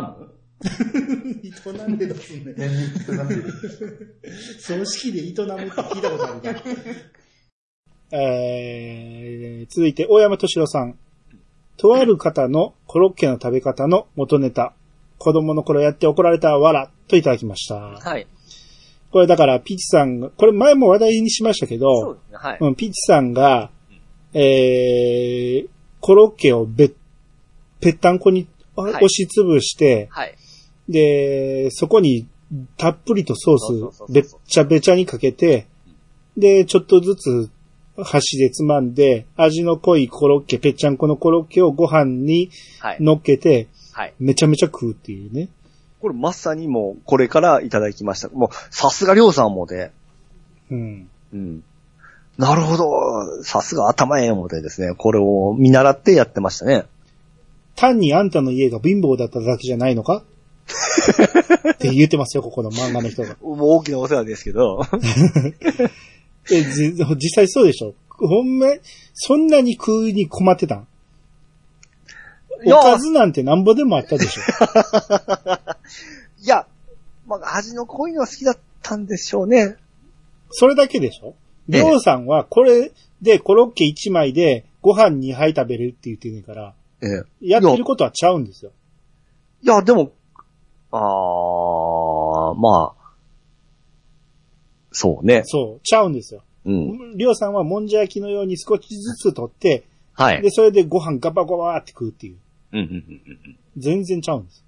む営んでどうすんね ん。年になんでる。葬式で営むって聞いたことあるから。 えー、続いて、大山敏郎さん。とある方のコロッケの食べ方の元ネタ。子供の頃やって怒られたわら、といただきました。はい。これだから、ピーチさんが、これ前も話題にしましたけそうど、ですね。はい。うん、ピーチさんが、えー、コロッケをべっ、ぺったんこにあはい押しつぶして、はい。で、そこにたっぷりとソそうーそうそうそうス、べっちゃべちゃにかけて、で、ちょっとずつ箸でつまんで、味の濃いコロッケ、ぺっちゃんこのコロッケをご飯にはい。乗っけて、はい。めちゃめちゃ食うっていうね。これまさにもう、これからいただきました。もう、さすがりょうさんもで、うん。うん。なるほど。さすが頭ええ思てですね。これを見習ってやってましたね。単にあんたの家が貧乏だっただけじゃない のかって言ってますよ、ここの漫画の人が。もう大きなお世話ですけ ど。え、じ実際そうでしょほんま、そんなに食うに困ってたんおかずなんてなんぼでもあったでしょいや、まあ、味の濃いのは好きだったんでしょうね。それだけでしょええりょうさんはこれでコロッケ1枚でご飯2杯食べれるって言ってんねんから、ええ。やってることはちゃうんですよ。いや、でも、あー、まあ、そうね。そう、ちゃうんですよ。うん。りょうさんはもんじゃ焼きのように少しずつ取って、はい。で、それでご飯ガバガバって食うっていう。うんうんうん全然ち ゃうんです。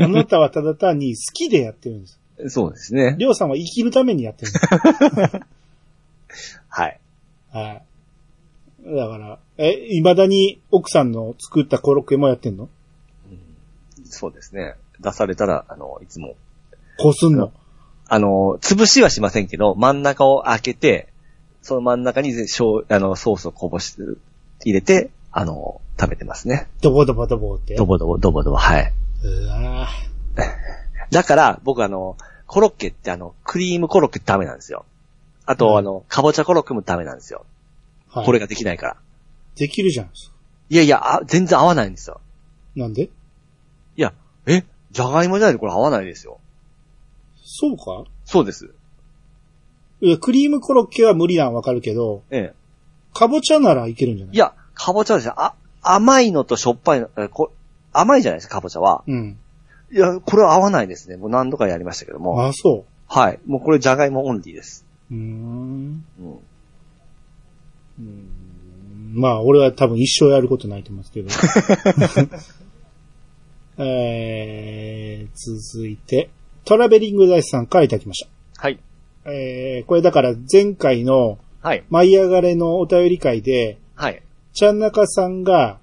あなたはただ単に好きでやってるんです。そうですね。りょうさんは生きるためにやってるん です。はい。はい。だから、え、未だに奥さんの作ったコロッケもやってんのそうですね。出されたら、あの、いつも。こうすんのあの、潰しはしませんけど、真ん中を開けて、その真ん中にぜ醤あのソースをこぼして、入れて、あの、食べてますね。ドボドボドボって。ドボドボ、ドボドボ、はい。うわぁ。だから、僕あの、コロッケってあの、クリームコロッケダメなんですよ。あと、うんあの、かぼちゃコロッケもダメなんですよ。はいこれができないから。できるじゃん。いやいや、あ全然合わないんですよ。なんでいや、えじゃがいもじゃないとこれ合わないですよ。そうかそうです。いや、クリームコロッケは無理なんわかるけど、ええ。かぼちゃならいけるんじゃないいや、かぼちゃですよ。あ、甘いのとしょっぱいの、えこ甘いじゃないですか、かぼちゃは。うん。いや、これは合わないですね。もう何度かやりましたけども。ああ、そはい。もうこれじゃがいもオンリーです。う。うーん。うん。まあ、俺は多分一生やることないと思いますけど。えー、続いて、トラベリングダイスさんからいただきましはい。た。えー、これだから前回のはい。舞い上がれのお便り会で、はい。ちゃんなかさんが、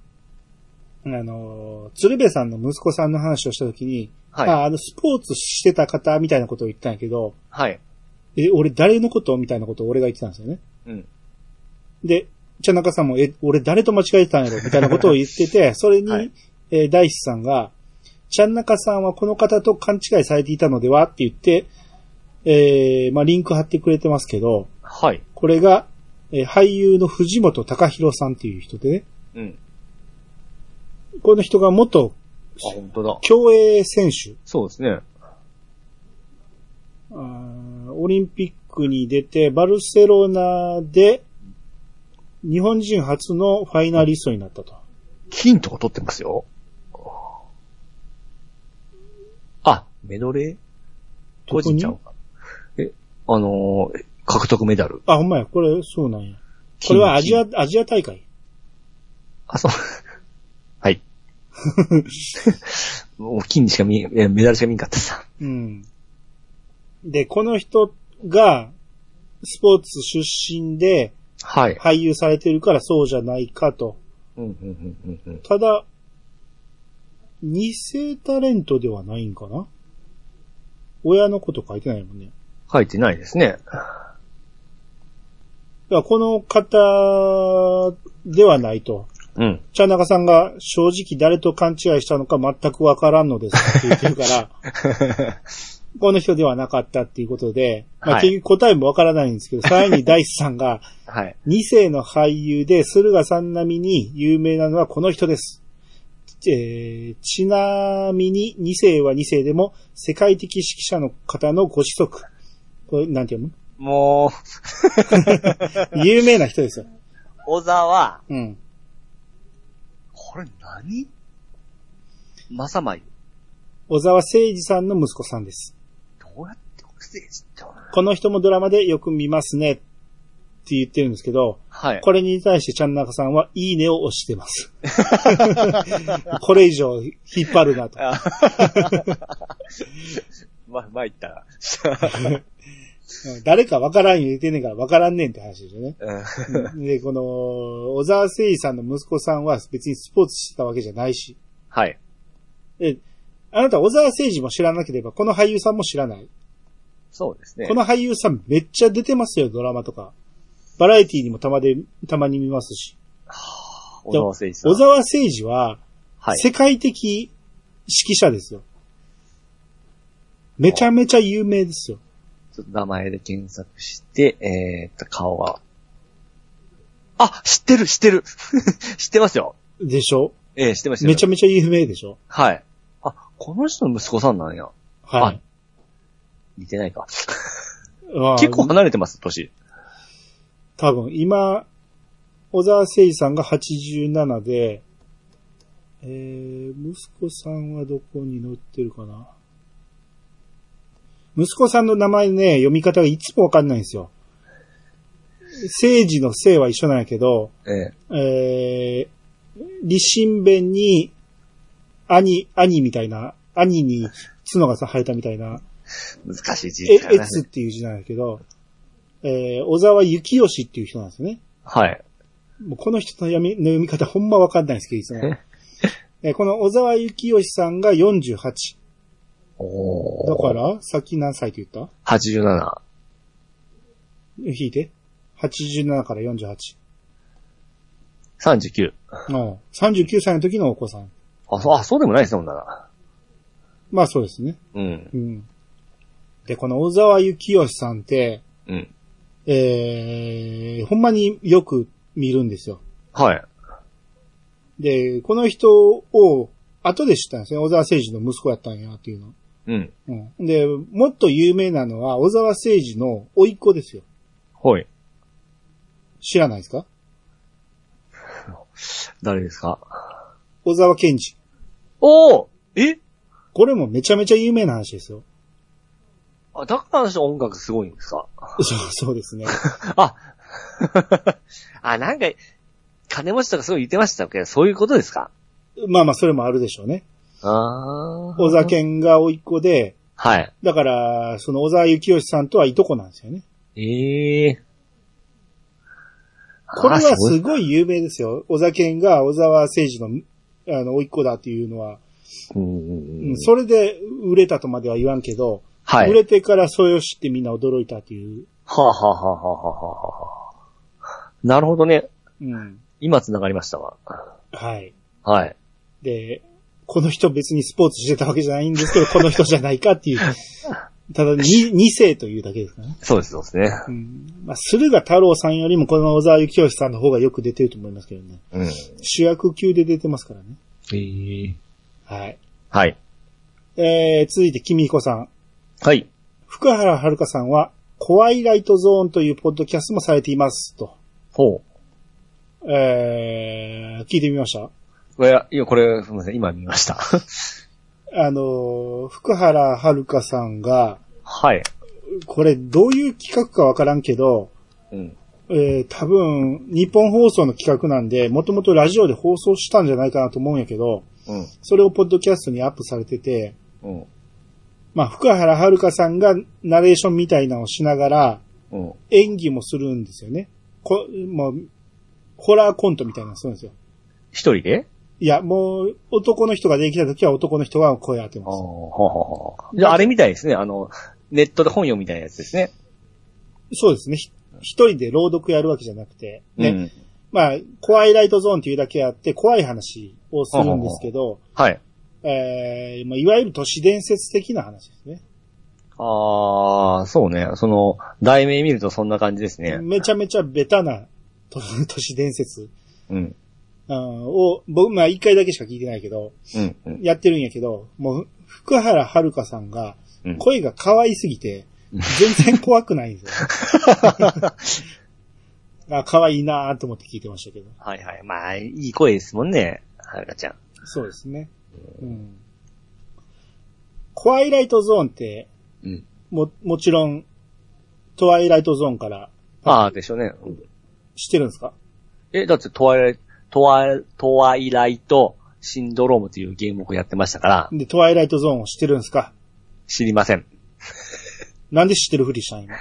あのー、鶴瓶さんの息子さんの話をしたときに、はい。ああの、スポーツしてた方みたいなことを言ったんやけど、はい。え、俺誰のことみたいなことを俺が言ってたんですよね。うん。で、茶中さんも、え、俺誰と間違えてたんやろみたいなことを言ってて、それに、はいえー大志さんが、ちゃん中さんはこの方と勘違いされていたのではって言って、えー、まあ、リンク貼ってくれてますけど、はい。これが、えー俳優の藤本隆弘さんっていう人でね、うん。この人が元あ、本当だ。競泳選手、そうですね。あーオリンピックに出て、バルセロナで、日本人初のファイナリストになったと。金とか取ってますよ。あ、メドレー個人ちゃうか。え、あのー獲得メダル。あ、ほんまや、これ、そうなんや。これはアジア金、、アジア大会。あ、そう。 はい。もう金にしか見え、えメダルしか見えんかったさ。うん。で、この人が、スポーツ出身で、はい。俳優されてるからそうじゃないかと。うん、うん、うん、うん。ただ、二世タレントではないんかな親のこと書いてないもんね。書いてないですね。だからこの方ではないと。うん。茶中さんが正直誰と勘違いしたのか全くわからんのですって言ってるから、 この人ではなかったっていうことで、まはあ、い結局答えもわからないんですけ ど、さらに大志さんが、はい。 2世の俳優で駿河さん並みに有名なのはこの人です。えーちなみに2世は2世でも世界的指揮者の方のご子息。これ、なんて読も む有名な人ですよ。う、小沢、うん。これ何まさまゆ。小沢誠二さんの息子さんです。どうやってこれステージってのこの人もドラマでよく見ますねって言ってるんですけど、はい。これに対してちゃんなかさんはいいねを押し てます。これ以上引っ張るなと。あま、参ったな。うん誰かわからん言うてんねんからわからんねんって話ですよね。 うんで、この、小沢誠二さんの息子さんは別にスポーツしてたわけじゃないし。はい。で、あなた小沢誠二も知らなければ、この俳優さんも知らない。そうですね。この俳優さんめっちゃ出てますよ、ドラマとか。バラエティにもたまで、たまに見ますし。小沢誠一さん小。沢誠二は、はい。世界的指揮者ですよ。めちゃめちゃ有名ですよ。ちょっと名前で検索して、えーっと、顔は。あ、知ってる、知ってる。 知ってますよ。でしょええ知ってましためちゃめちめちゃ有名でしょゃ。はい。あ、この人の息子さんなんや。はい。似てないか。まあ結構離れてます、年。多分、今、小沢誠二さんが87で、えー、息子さんはどこに載ってるかな息子さんの名前ね、読み方がいつもわかんないんですよ。政治の姓は一緒なんやけど、えええー、立身弁に、兄、兄みたいな、兄に角が生えたみたいな、難しい字でえ、すからねえつっていう字なんやけど、えー、小沢幸義っていう人なんですよね。はい。もうこの人の読みの読み方ほんまわかんないですけど、いつも。えこの小沢幸義さんが48。お。だからら、さっき何歳って言った87。引いて。87から48。 39。うん。39歳の時のお子さん。あ、そう、あ、そうでもないですね、ほんなら。まあそうですね。うん。うん。で、この小沢幸義さんって、うん。えー、ほんまによく見るんですよ。はい。で、この人を後で知ったんですね。小沢誠二の息子やったんやっていうの。うん。うん。で、もっと有名なのは小沢誠二の甥っ子ですよ。ほい。知らないですか誰ですか小沢健二。おおえこれもめちゃめちゃ有名な 話ですよ。あ、だからあの人音楽すごいんですかそう、そうですね。あ、 あ、なんか、金持ちとかすごい言ってましたけど、そういうことですかまあまあ、それもあるでしょうね。ああ。小沢。健が甥っ子で、はい。だから、その小沢幸義さんとはいとこなんですよね。ええこれはあすごすいごい有名ですよ。小沢健が小沢誠二の、あの、甥っ子だっていうのは、うんうんうんうんそれで売れたとまでは言わんけど、はい。売はれてからそれを知ってみんな驚いたっていう。あ、はあはあはあはあはあなるほどね。うん。今繋がりましたわ。はい。はい。で、この人別にスポーツしてたわけじゃないんですけど、この人じゃない かっていう。ただ、に二世というだけですかね。そうです、そうですね。うん。まあ、駿河太郎さんよりもこの小沢幸義さんの方がよく出てると思いますけどね。うん。主役級で出てますからね。ええはい。はい。えー、続いて、君彦さん。はい。福原遥さんは、怖いライトゾーンというポッドキャストもされています。と。ほえー、聞いてみましたう。いや、いや、これ、すみません、今見ました。 あのー、福原遥さんが、はい。これどういう企画かわからんけど、うん。えー、多分、日本放送の企画なんで、もともとラジオで放送したんじゃないかなと思うんやけど、うん。それをポッドキャストにアップされてて、うん。まあ、福原遥さんがナレーションみたいなのをしながら、うん。演技もするんですよね。こ、もう、ホラーコントみたいなのするんですよ。一人でいや、もう、男の人ができた時は男の人が声を当てあまあ、はす。あはあはあ。じゃあ、あれみたいですね。あの、ネットで本読みたいなやつですね。そうですね。ひ一人で朗読やるわけじゃなくて、ね。うん。まあ、怖いライトゾーンっていうだけあって、怖い話をするんですけど、はい。えー、まあいわゆる都市伝説的な話ですね。ああ、そうね。その、題名見るとそんな感じですね。 めちゃめちゃベタな都都市伝説。うん。あーを、僕、まあ一回だけしか聞いてないけど、うん、うん。やってるんやけど、もう、福原遥さんがう、ん声が可愛すぎて、全然怖く ないんですよ。あ可愛いなーと思って聞いてましたけど。はいはい。まあ、いい声ですもんね、はるかちゃん。そうですね。うん。コアイライトゾーンって、うん。も、もちろん、トワイライトゾーンからああ、でしょうね。知ってるんですかえ、だってトワイライト、トワイ、トワイライトシンドロームというゲームをやってましたから、で、トワイライトゾーンを知ってるんですか知りません。なんで知ってるふりしたん今。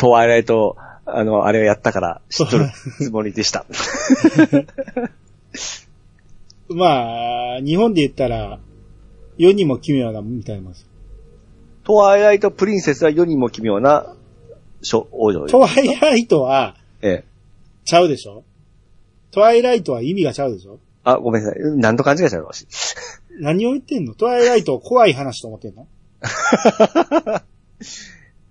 トワイライト、あの、あれをやったから知っとるつもりで した。まあ、日本で言ったら、世にも奇妙なみたいなもんですよ。トワイライトプリンセスは世にも奇妙な少王女よトワイライトは、ええ。ちゃうでしょトワイライトは意味がちゃうでしょあ、ごめんなさい。何と勘違いしたの私。何を言ってんのトワイライトを怖い話と思ってんのい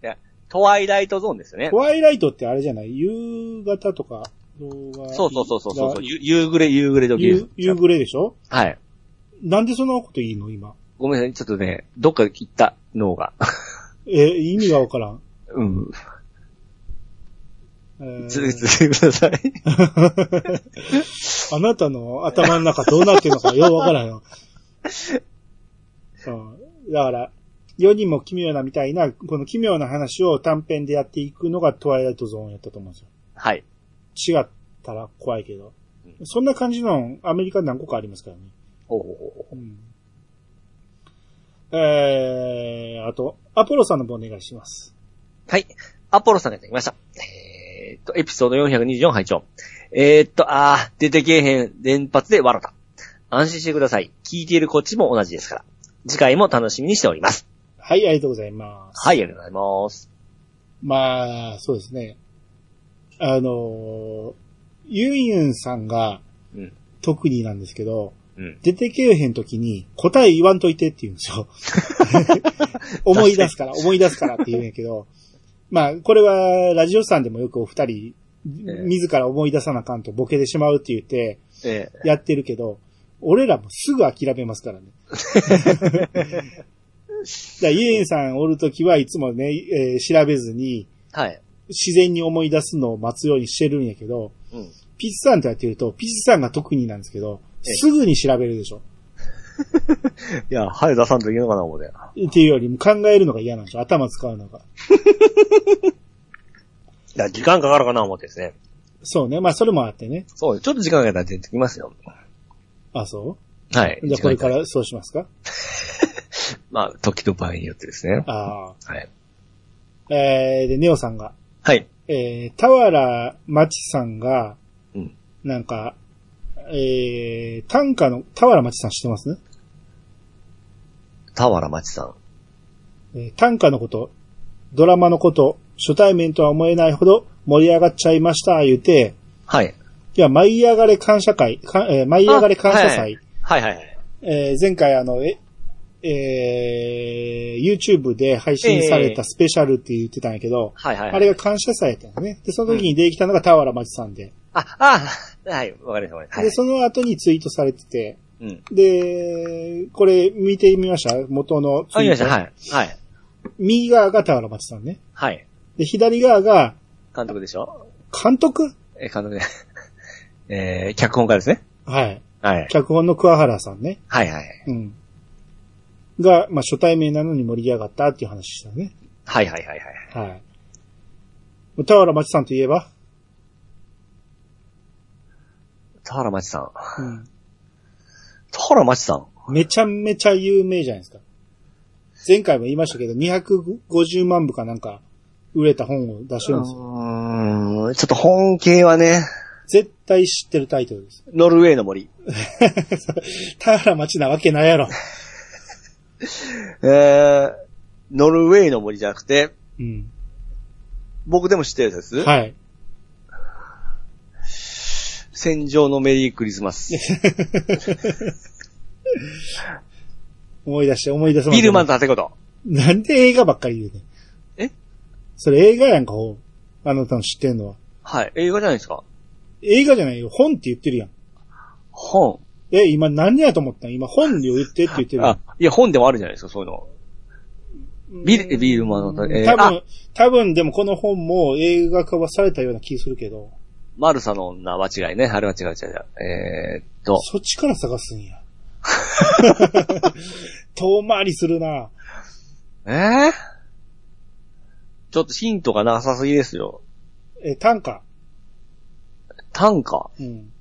や、トワイライトゾーンですよねト。ワイライトってあれじゃない夕方とか動画。そうそうそうそうそうだゆ夕暮れ、夕暮れ時です夕。夕暮れでしょはい。なんでそんなこといいの今。ごめんなさい。ちょっとね、どっか行った脳が。 え、意味がわからん。うん。えー続けてください。 あなたの頭の中どうなってるのかようわからんよ。うん、だから、世にも奇妙なみたいな、この奇妙な話を短編でやっていくのがトワイライトゾーンやったと思うんですはい。よ。違ったら怖いけど。そんな感じのアメリカ何個かありますからね。ほうほうほうほううん、えー、あと、アポロさんの方お願いします。はい。アポロさんがいただきました。えーっと、エピソード424拝聴えーっと、あー、出てけえへん連発で笑った。安心してください。聞いているこっちも同じですから。次回も楽しみにしております。はい、ありがとうございます。はい、ありがとうございます。まあ、そうですね。あのー、ユンユンさんがうん、特になんですけど、うん。出てけえへん時に答え言わんといてって言うんです よ。思い出すから、思い出すからって言うんやけど、まあ、これはラジオさんでもよくお二人、自ら思い出さなあかんとボケてしまうって言ってえやってるけど、俺らもすぐ諦めますか らね。だからユンユンさんおるときはいつもね、えー調べずに、ーはい。自然に思い出すのを待つようにしてるんやけど、うん。ピッチさんとやってると、ピッチさんが特になんですけど、ええすぐに調べるでしょ。いや、はい、出さんといけのかな、思うで。っていうよりも考えるのが嫌なんでしょ。頭使うのが。いや、時間かかるかな、思ってですね。そうね。まあそれもあってね。そう、ちょっと時間がかかったら出てきますよ。あ、そはい。うじゃあこれか時間がからそうしますかかる。まあ、時と場合によってですね。あはい。あ。えー、で、ネオさんが。はい。えー、田原町さんが、うん。なんか、えー、短歌の、田原町さん知ってますね。田原町さん。えー短歌のこと、ドラマのこと、初対面とは思えないほど盛り上がっちゃいました、言うて、はい。いや、舞い上がれ感謝会、かえー舞い上がれ感謝祭。あはいはいはいはい。えー前回あの、え、えー YouTube で配信されたスペシャルって言ってたんやけど、はいはいはい。あれが感謝祭やったんよね。で、その時に出てきたのが田原町さんで、あ、あ、はい、わかりました、わかりました。はいで、その後にツイートされてて、うん。で、これ見てみました元のあ、ツ見イまーしト。た、はい。はい。右側が田原町さんね。はい。で、左側が監督でしょ監督え、監督で。 えー、脚本家ですね。はい。はい。脚本の桑原さんね。はいはい。うん。が、まあ、初対面なのに盛り上がったっていう話したね。はいはいはいはい。はい。田原町さんといえば、田原町さん。うん、田原町さん。めちゃめちゃ有名じゃないですか。前回も言いましたけど、250万部かなんか売れた本を出してるんですよ。うーん、ちょっと本系はね、絶対知ってるタイトルです。 ノルウェーの森。田原町なわけないやろ。えー、ノルウェーの森じゃなくて、うん。僕でも知ってるやつです。はい。戦場のメリークリスマス。思い出して思い出せませんビルマンと建事。なんで映画ばっかり言うねんえそれ映画やんか、ほうあなたの知ってんのは。はい。映画じゃないですか。映画じゃないよ。本って言ってるやん。本。え、今何やと思ったん今本で言ってって言ってる。あ、いや、本でもあるじゃないですか、そういうの。ビル、ビルマンの、えー多あ、分、多分でもこの本も映画化はされたような気するけど、マルサの女は違いね。あれは違う違う違う。えーっと、そっちから探すんや。 遠回りするな。えー、ちょっとヒントがなさすぎですよ。え、短歌。短歌うん。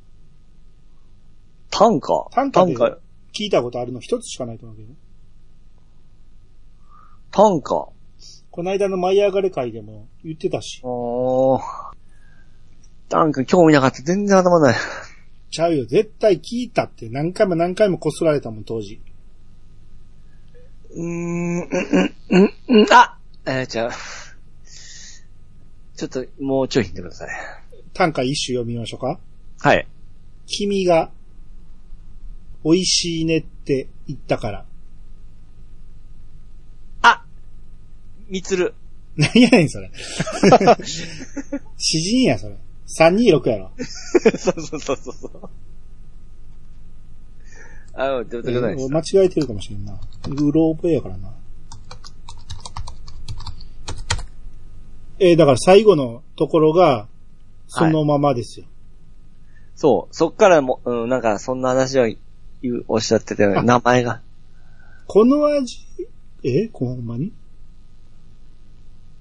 短歌短歌で短歌聞いたことあるの一つしかないと思うけど。短歌この間の舞い上がれ会でも言ってたし、おー。短歌興味なかった。全然頭ない。ちゃうよ、絶対聞いたって何回も何回もこすられたもん、当時。うーん、うん、うん、うん、あえー、違う。ちょっと、もうちょい引いてください。短歌一首読みましょうか。はい。君が、美味しいねって言ったから。あみつる。 何やねん、それ。詩人や、それ。326やろ。そうそうそうそうそう。あ、うん、出てくないです間。違えてるかもしれんな。うろ覚えやからな。えーだから最後のところが、そのままですよ。そう、そっからも、うん、なんか、そんな話を言う、おっしゃってたよねあ名前が。この味、えこほんまに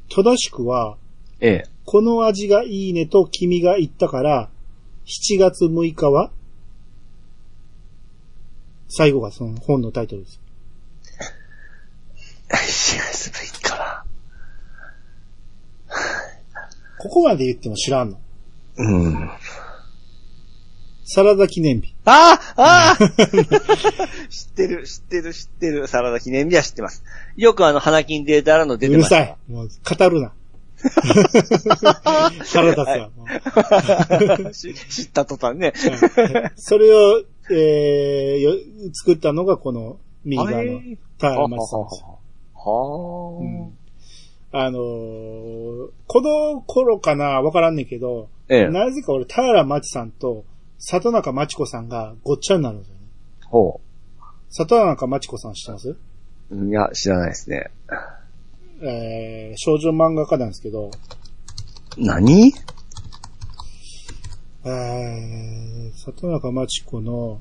正しくは、ええ。この味がいいねと君が言ったから、7月6日は最後がその本のタイトルです。 4月6日は。ここまで言っても知らんの。うん。あサラダ記念日。あああ知ってる、知ってる、知ってる。サラダ記念日は知ってます。よくあの、花金データらのう出てるました。さい。もう語 るな。サラダさん。し知った途端ね。それを、えーよ、作ったのがこの右あ側のれ田はは原は町さんですよ。はうんあのーこの頃かなわからんねんけど、ええ。なぜか俺、田原町さんと里中町子さんがごっちゃになるんですよね。ほ里中町子さん知ってますう。いや、知らないですね。えー、少女漫画家なんですけど、何えー、里中町子の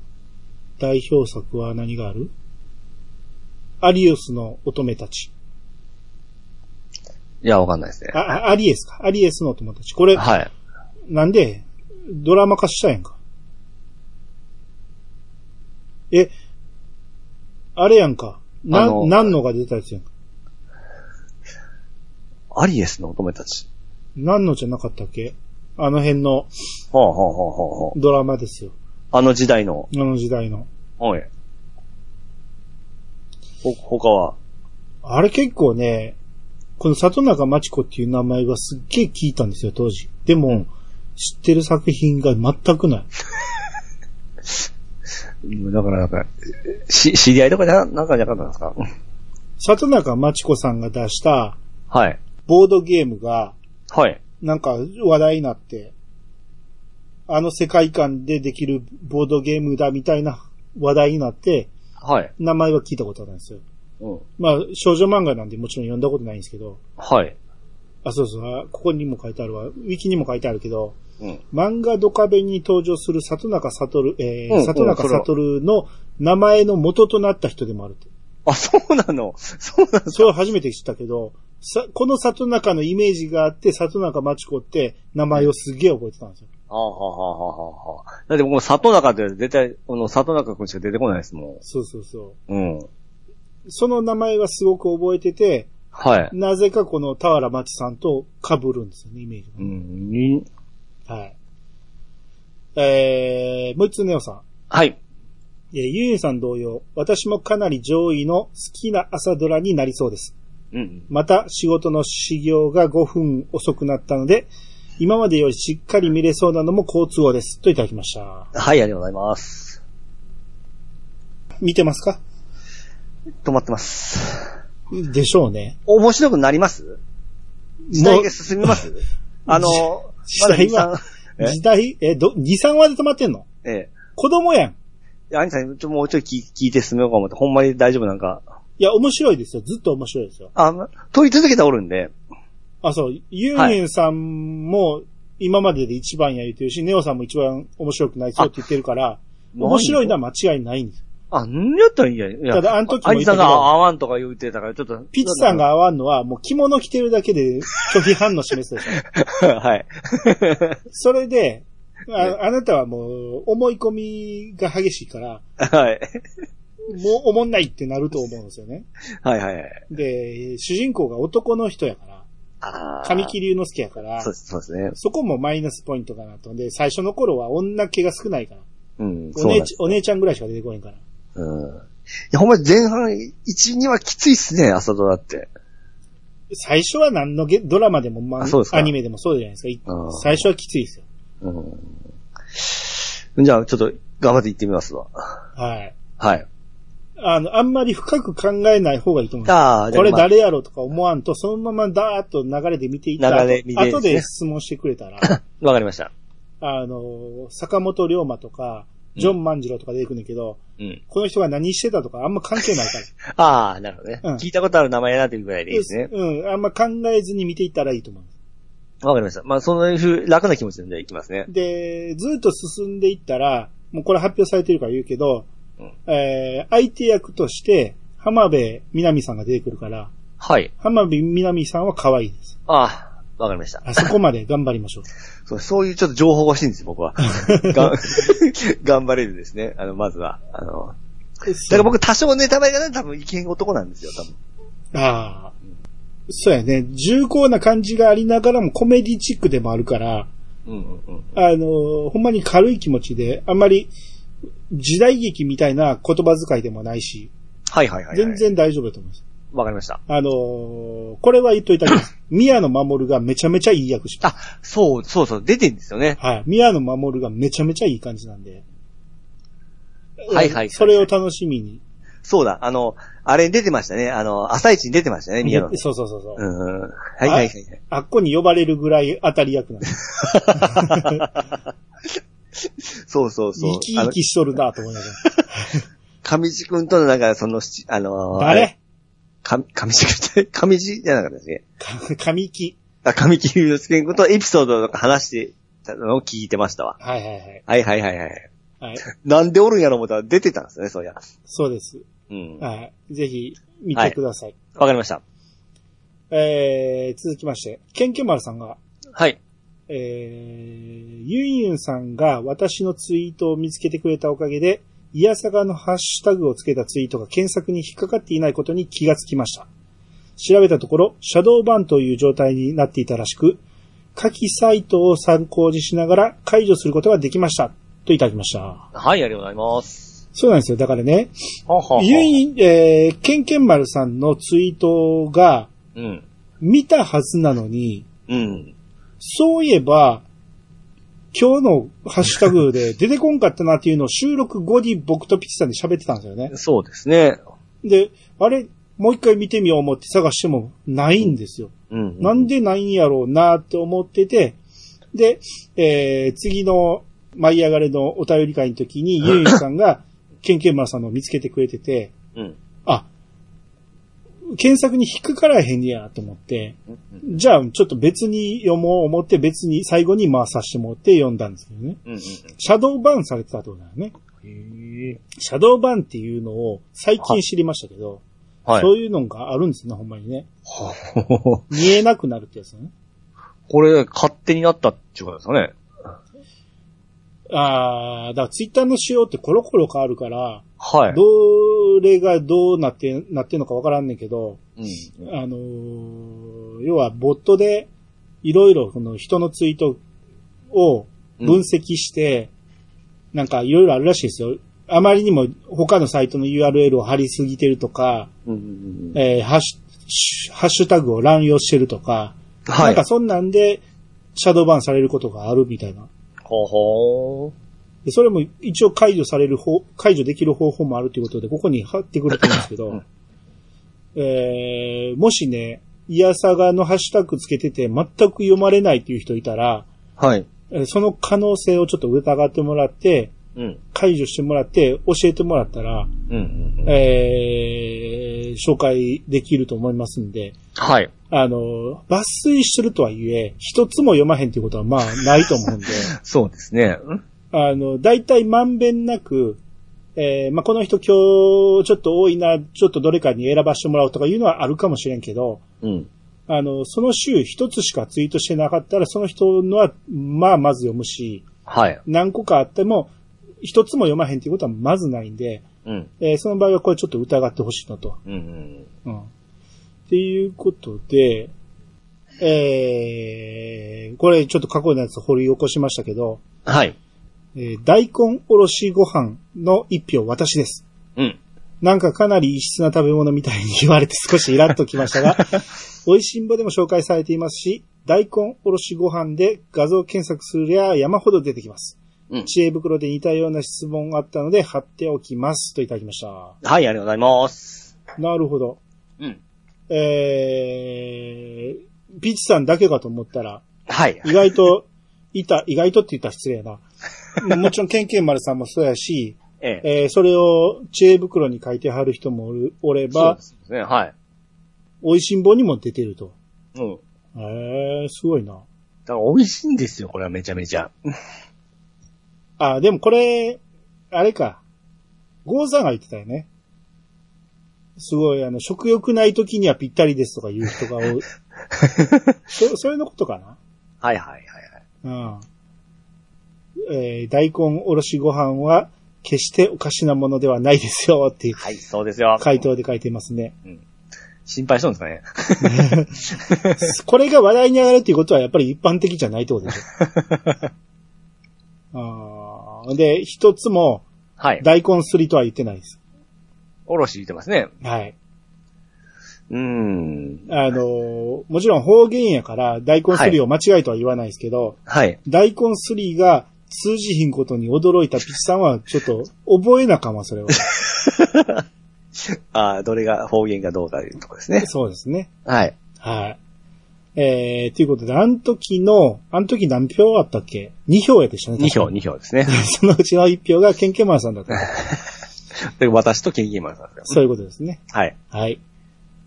代表作は何があるアリオスの乙女たち。いや、わかんないですねあ。あ、アリエスか。アリエスの乙女たち。これ、はい。なんで、ドラマ化したやんか。え、あれやんか。あなの、なんのが出たやつやんか。アリエスの乙女たち。なんのじゃなかったっけあの辺のほうほうほうほうほう。ドラマですよ。あの時代の。あの時代の。はい。ほ、他はあれ結構ね、この里中町子っていう名前はすっげえ聞いたんですよ、当時。でも、知ってる作品が全くない。うんだから、なんか、し、知り合いとかじゃ、なんかじゃなかったんですか里中町子さんが出したはい。ボードゲームが、はい。なんか話題になって、あの世界観でできるボードゲームだみたいな話題になって、はい。名前は聞いたことあるんですよ。うん。まあ、少女漫画なんでもちろん読んだことないんですけど、はい。あ、そうそう、あここにも書いてあるわ、ウィキにも書いてあるけど、うん。悟漫画ドカベに登場する里中悟、えーうんうん里中悟の名前の元となった人でもあるって。あ、そうなのそうなのそれは初めて知ったけど、さ、この里中のイメージがあって、里中町子って名前をすげえ覚えてたんですよ。あははははは。だって僕も里中って絶対、この里中くんしか出てこないですもそうそうそん。うん。う。その名前はすごく覚えてて、はい。なぜかこの田原町さんと被るんですよね、イメージうん。にが。はい。えー、もう一つネオさん。はい。えーゆうゆうさん同様、私もかなり上位の好きな朝ドラになりそうです。うん。また仕事の始業が5分遅くなったので、今までよりしっかり見れそうなのも好都合です。といただきました。はい、ありがとうございます。見てますか止まってます。でしょうね。面白くなります時代が進みますあの、 時まだ代2、は3、え時代、え、ど、2、3話で止まってんのええ子供やん。いや、兄さん、ちょ、もうちょい聞聞いて進めようか思って、ほんまに大丈夫なんか。いや、面白いですよ。ずっと面白いですよ。あ、ま撮り続けておるんで。あ、そう。ユーミンさんも、今までで一番や言ってるし、ネオさんも一番面白くないそうって言ってるから、面白いのは間違いないんです。あ、んやったらいいんじゃないいやただあの時も言兄ったさんけどが合わんとか言うてたから、ちょっと。ピッチさん。が合わんのは、もう着物着てるだけで拒否反応示すでしょ。 はい。それで、ああなたはもう、思い込みが激しいから、はい。もう思んないってなると思うんですよね。はいはいはい。で、主人公が男の人やから、あー神木隆之介やからそう、ですそうですね。そこもマイナスポイントかなと。で、最初の頃は女気が少ないから、うん。おそうなん姉ですちお姉ちゃんぐらいしか出てこないから。うん。いや、ほんまに前半1、2はきついっすね、朝ドラって。最初は何のゲドラマでも、まあそうですあ、かアニメでもそうじゃないですかいあー。最初はきついですよ。うん。じゃあ、ちょっと、頑張って行ってみますわ。はい。はい。あの、あんまり深く考えない方がいいと思います。ああ、これじゃあ誰やろうとか思わんと、そのままダーッと流れで見ていったら流れ見てですね後で質問してくれた まら、あわかりました。あの、坂本龍馬とか、ジョン万次郎とか出てくるんだけど、うん。この人が何してたとかあんま関係ない から。ああ、なるほどね。うん聞いたことある名前やなっていうぐらいでいいですね。うん、あんま考えずに見ていったらいいと思います。わかりました。まあ、そのいう楽な気持ちでじゃあ行きますね。で、ずっと進んでいったら、もうこれ発表されてるから言うけど、うんえー、相手役として、浜辺美波さんが出てくるから、はい。浜辺美波さんは可愛いです。ああ、わかりました。あそこまで頑張りましょう。 そう、そういうちょっと情報が欲しいんですよ、僕 は。がん 頑張れるですね。あの、まずは。あの、だから僕多少ネタバレがね、多分いけん男なんですよ、多分。ああ。そうやね。重厚な感じがありながらもコメディチックでもあるから、うんうんうん。あのーほんまに軽い気持ちで、あんまり時代劇みたいな言葉遣いでもないし、はいはいはい、はい。全。然大丈夫だと思います。わかりました。あのーこれは言っといたけど、 宮野真守がめちゃめちゃいい役します。あ、そう、そうそう、出てんですよね。はい。宮野真守がめちゃめちゃいい感じなんで。はいはいはいそれを楽しみに。そうだ、あの、あれに出てましたね。あの、朝一に出てましたね、宮野。そうそうそうそう、うんうん。はいはいはいはい。あっこに呼ばれるぐらい当たり役なんです。そうそうそう生。きあ生の、きしとるなと思いながら。上地君とのなんか、その、しあのー、あれ誰上上地君って、 上地じゃなかったですね。か 神木。あ上木隆之介君とエピソードとか話してたのを聞いてましたわ。はいはいはい。はいはいはいはい。はい。なんでおるんやろ思ったら出てたんですね、そういや。そうです。うん。わはい。ぜひ、見てください。かりました。えー、続きまして、ケンケンマルさんが、はい。えー、ユンユンさんが私のツイートを見つけてくれたおかげで、イヤサガのハッシュタグをつけたツイートが検索に引っかかっていないことに気がつきました。調べたところ、シャドーバンという状態になっていたらしく、下記サイトを参考にしながら解除することができました。といただきました。はい、ありがとうございます。そうなんですよ。だからね、ははユンユン、えー、ケンケンマルさんのツイートがうん。見たはずなのに、うん。そういえば、今日のハッシュタグで出てこんかったなっていうのを収録後に僕とピッチさんで喋ってたんですよね。そうですね。で、あれ、もう一回見てみよう思って探してもないんですよ。うん。なんでないんやろうなって思ってて、で、えー、次の舞い上がれのお便り会の時に、ゆうゆうさんが、ケンケンマンさんのを見つけてくれてて、うん。あ、検索に引っかからへんねやと思って、うん。じゃあ、ちょっと別に読もう思って、別に最後に回させてもらって読んだんですけどね。うん。シャドーバーンされてたってことだよね。へシャドーバーンっていうのを最近知りましたけど、はい。そういうのがあるんですね、ほんまにね。は見えなくなるってやつだね。 これ、勝手になったっていうことですかね。あー、だからツイッターの仕様ってコロコロ変わるから、はい。どれがどうなって、なってんのかわからんねんけど、うんあのー要はボットで、いろいろこの人のツイートを分析して、なんかいろいろあるらしいですよ。あまりにも他のサイトの URL を貼りすぎてるとか、うんうんうん。えーハッシュ、ハッシュタグを乱用してるとか、はなんいか。そんなんで、シャドーバンされることがあるみたいな。ほうほう。でそれも一応解除される方、解除できる方法もあるということで、ここに貼ってくれてるんですけど、うんえー、もしね、イヤサガのハッシュタグつけてて全く読まれないっていう人いたら、はい。えーその可能性をちょっと疑ってもらって、うん。解除してもらって、教えてもらったら、うんうんうん。えー、紹介できると思いますんで、はい。あの、抜粋してるとはいえ、一つも読まへんっていうことはまあないと思うんで、そうですね。うんあの、大体まんべんなく、えー、まあこの人今日ちょっと多いな、ちょっとどれかに選ばしてもらうとかいうのはあるかもしれんけど、うん。あの、その週一つしかツイートしてなかったら、その人のは、まあまず読むし、はい。何個かあっても、一つも読まへんっていうことはまずないんで、うん。えーその場合はこれちょっと疑ってほしいなと。うんうん。うん。っていうことで、えー、これちょっと過去のやつ掘り起こしましたけど、はい。えー大根おろしご飯の一票私です。うん。なんかかなり異質な食べ物みたいに言われて少しイラッときましたが、美味しんぼでも紹介されていますし、大根おろしご飯で画像検索するや山ほど出てきます。うん知恵袋で似たような質問があったので貼っておきますといただきました。はい、ありがとうございます。なるほど。うん。えー、ピーチさんだけかと思ったら、はい。意外と、いた、意外とって言ったら失礼やな。もちろん、ケンケン丸さんもそうやし、ええ。えーそれを知恵袋に書いてはる人もおるおれそうばで、すね。はい。美味しんぼにも出てると。うん。えー、すごいな。だから美味しいんですよ、これはめちゃめちゃ。あ、でもこれ、あれか。ゴーザが言ってたよね。すごい、あの、食欲ない時にはぴったりですとか言う人が多 い。そ、それのことかなはいはいはいはい。うんえー大根おろしご飯は決しておかしなものではないですよっていうはい、そうですよ。回答で書いてますね。心配しとんですかね。これが話題に上がるっていうことはやっぱり一般的じゃないってことでしょ。あーで、一つもはい。大根すりとは言ってないです。おろし言ってますね。はい。うーん。あのーもちろん方言やから大根すりを間違いとは言わないですけど、はい。大根すりが通じひんことに驚いたピチさんはちょっと覚えなあかんわ、それは。ああ、どれが方言かどうかというとこですね。そうですね。はい。はい。えー、ということで、あの時の、あの時何票あったっけ ?2 票やでしたね。 2票、。2票ですね。 そのうちの1票がケンケンマンさんだった。で、私とケンギーマンさんですそういうことですね。はい。はい。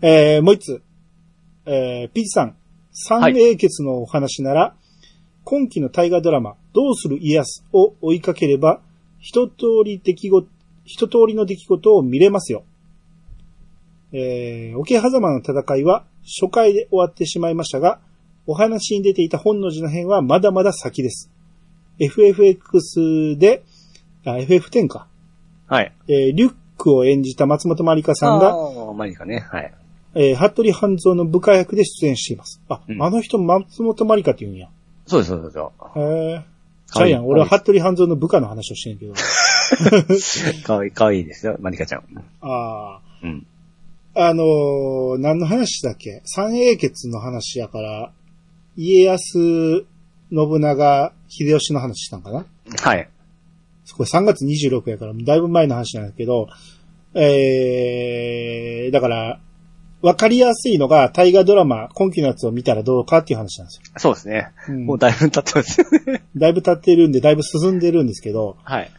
えー、もう一つ。えー、ピチさん。三英傑のお話なら、今期の大河ドラマ、どうする家康を追いかければ、一通り出来事、一通りの出来事を見れますよ。えー、桶狭間の戦いは初回で終わってしまいましたが、お話に出ていた本能寺の変はまだまだ先です。FFX で、あ、FF10 か。はい。えー、リュックを演じた松本まりかさんが、あー、マリカね。はい。えー、服部半蔵の部下役で出演しています。あ、うんあの人、松本まりかって言うんや。そうです、そうですそうへえ。ジャイアン、俺は服部半蔵の部下の話をして んけど。です。かわいい、かわいいですよ、マリカちゃん。ああ。うん。あのー、何の話だっけ三英傑の話やから、家康、信長、秀吉の話したんかなはい。これ3月26やから、だいぶ前の話なんだけど、えー、だから、わかりやすいのが、大河ドラマ、今期のやつを見たらどうかっていう話なんですよ。そうですね。うんもうだいぶ経ってますよ ね。だいぶ経ってるんで、だいぶ進んでるんですけど、はい。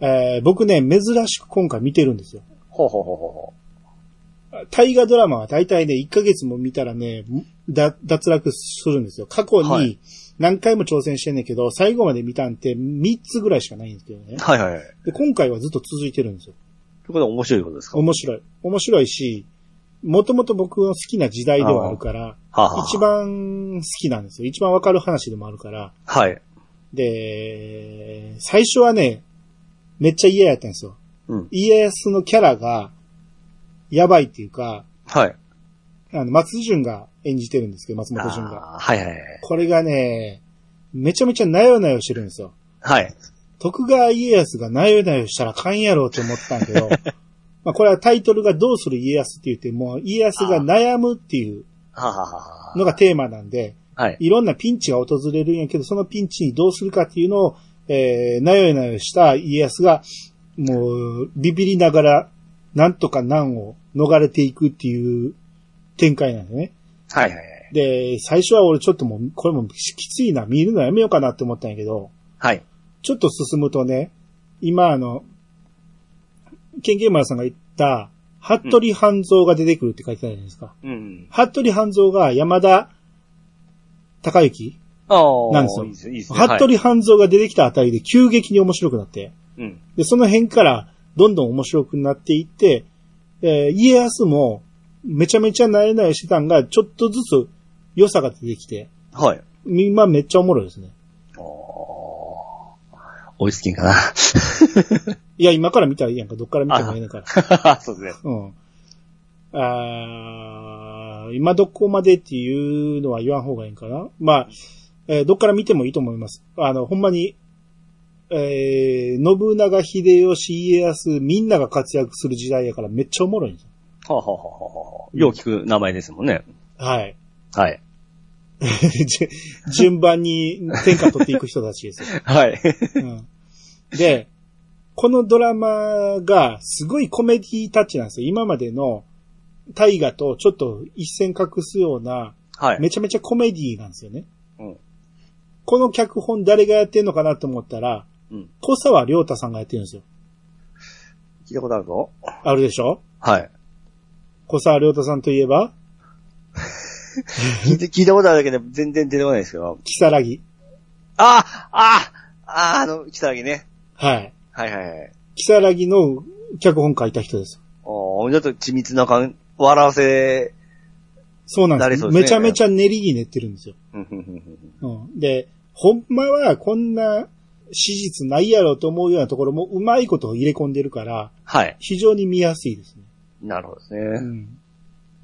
えー僕ね、珍しく今回見てるんですよ。ほうほうほうほうほ大河ドラマは大体ね、1ヶ月も見たらね、だ脱落するんですよ。過去はにい何回も挑戦してんねんけど、最後まで見たんって3つぐらいしかないんですけどねう。。はいはいはい。といで今回はずっと続いてるんですよ。うことは面白いことですか面白い。面白いし、もともと僕の好きな時代ではあるから、はあはあ一。番好きなんですよ。一番わかる話でもあるから。はい。で、最初はね、めっちゃ嫌やったんですよ。うん。家康のキャラが、やばいっていうか、はい。あの、松潤が演じてるんですけど、松本潤が。あーはいはいはい。これがね、めちゃめちゃなよなよしてるんですよ。はい。徳川家康がなよなよしたらあかんやろうと思ってたんやけ ど、まあこれはタイトルがどうする家康って言って、もう家康が悩むっていうはあはあはあのがテーマなんで、はい。いろんなピンチが訪れるんやけど、そのピンチにどうするかっていうのを、えー、なよなよした家康が、もう、ビビりながら、なんとか難を逃れていくっていう展開なんですね。はいはいはい。で、最初は俺ちょっともう、これもきついな、見るのやめようかなって思ったんやけど、はい。ちょっと進むとね、今あの、ケンゲーマーさんが言った、服部半蔵が出てくるって書いてたじゃないですか。うん。服部半蔵が山田孝之、ああ。なんですよいいですね。いいですね。服部半蔵が出てきたあたりで急激に面白くなって、はいうん。で、その辺からどんどん面白くなっていって、えー家康もめちゃめちゃ慣れ慣れしてたんが、ちょっとずつ良さが出てきて、はい。今めっちゃおもろいですね。ああ。追いつきんかいや、今から見たらいいやんか、どっから見てもいいのから。な。 そうですね。うん。あー今どこまでっていうのは言わん方がいいんかな。まあ、えーどっから見てもいいと思います。あの、ほんまに、えー信長、秀吉、家康、みんなが活躍する時代やからめっちゃおもろいんですよ。はあ、はあはあはあ、よう聞く名前ですもんね。はい。 はい。じゅ順番に天下取っていく人たちですよ。はい。うん、で、このドラマがすごいコメディタッチなんですよ。今までの大河とちょっと一線隠すような、 はい。めちゃめちゃコメディなんですよね。うんこの脚本誰がやってんのかなと思ったら、うん小沢良太さんがやってるんですよ。聞いたことあるぞ。あるでしょはい。小沢良太さんといえば、聞いて聞いたことあるだけで全然出てこないですけど。キサラギ。あああああの、キサラギね。はい。はいはいはい。キサラギの脚本書いた人です。おーちょっと緻密な感、笑わせ、そうなんでなりすそうですねめちゃめちゃ練りに練ってるんですよ。うんうんうんうんうん、で、ほんまはこんな史実ないやろと思うようなところもうまいことを入れ込んでるから、はい。非常に見やすいですね。なるほどですうね。ん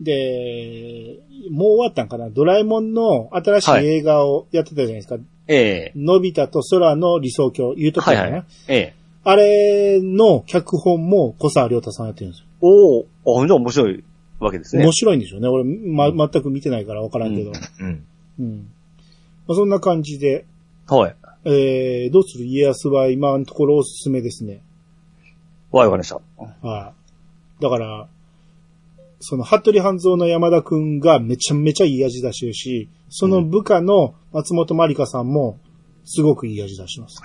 で、もう終わったんかなドラえもんの新しい映画をやってたじゃないですか。ええ。のび太と空の理想郷、言うとこはかいな、はい。ええ。あれの脚本も小沢亮太さんやってるんですよ。おおあ、じゃあ面白いわけですね。面白いんでしょうね。俺、ま、全く見てないからわからんけど。うん。うん。まあ、そんな感じで、はい。えー、どうする家康は今のところおすすめですね。わかりました。はい。だから、その、服部半蔵の山田くんがめちゃめちゃいい味出してるし、その部下の松本まりかさんも、すごくいい味出してます。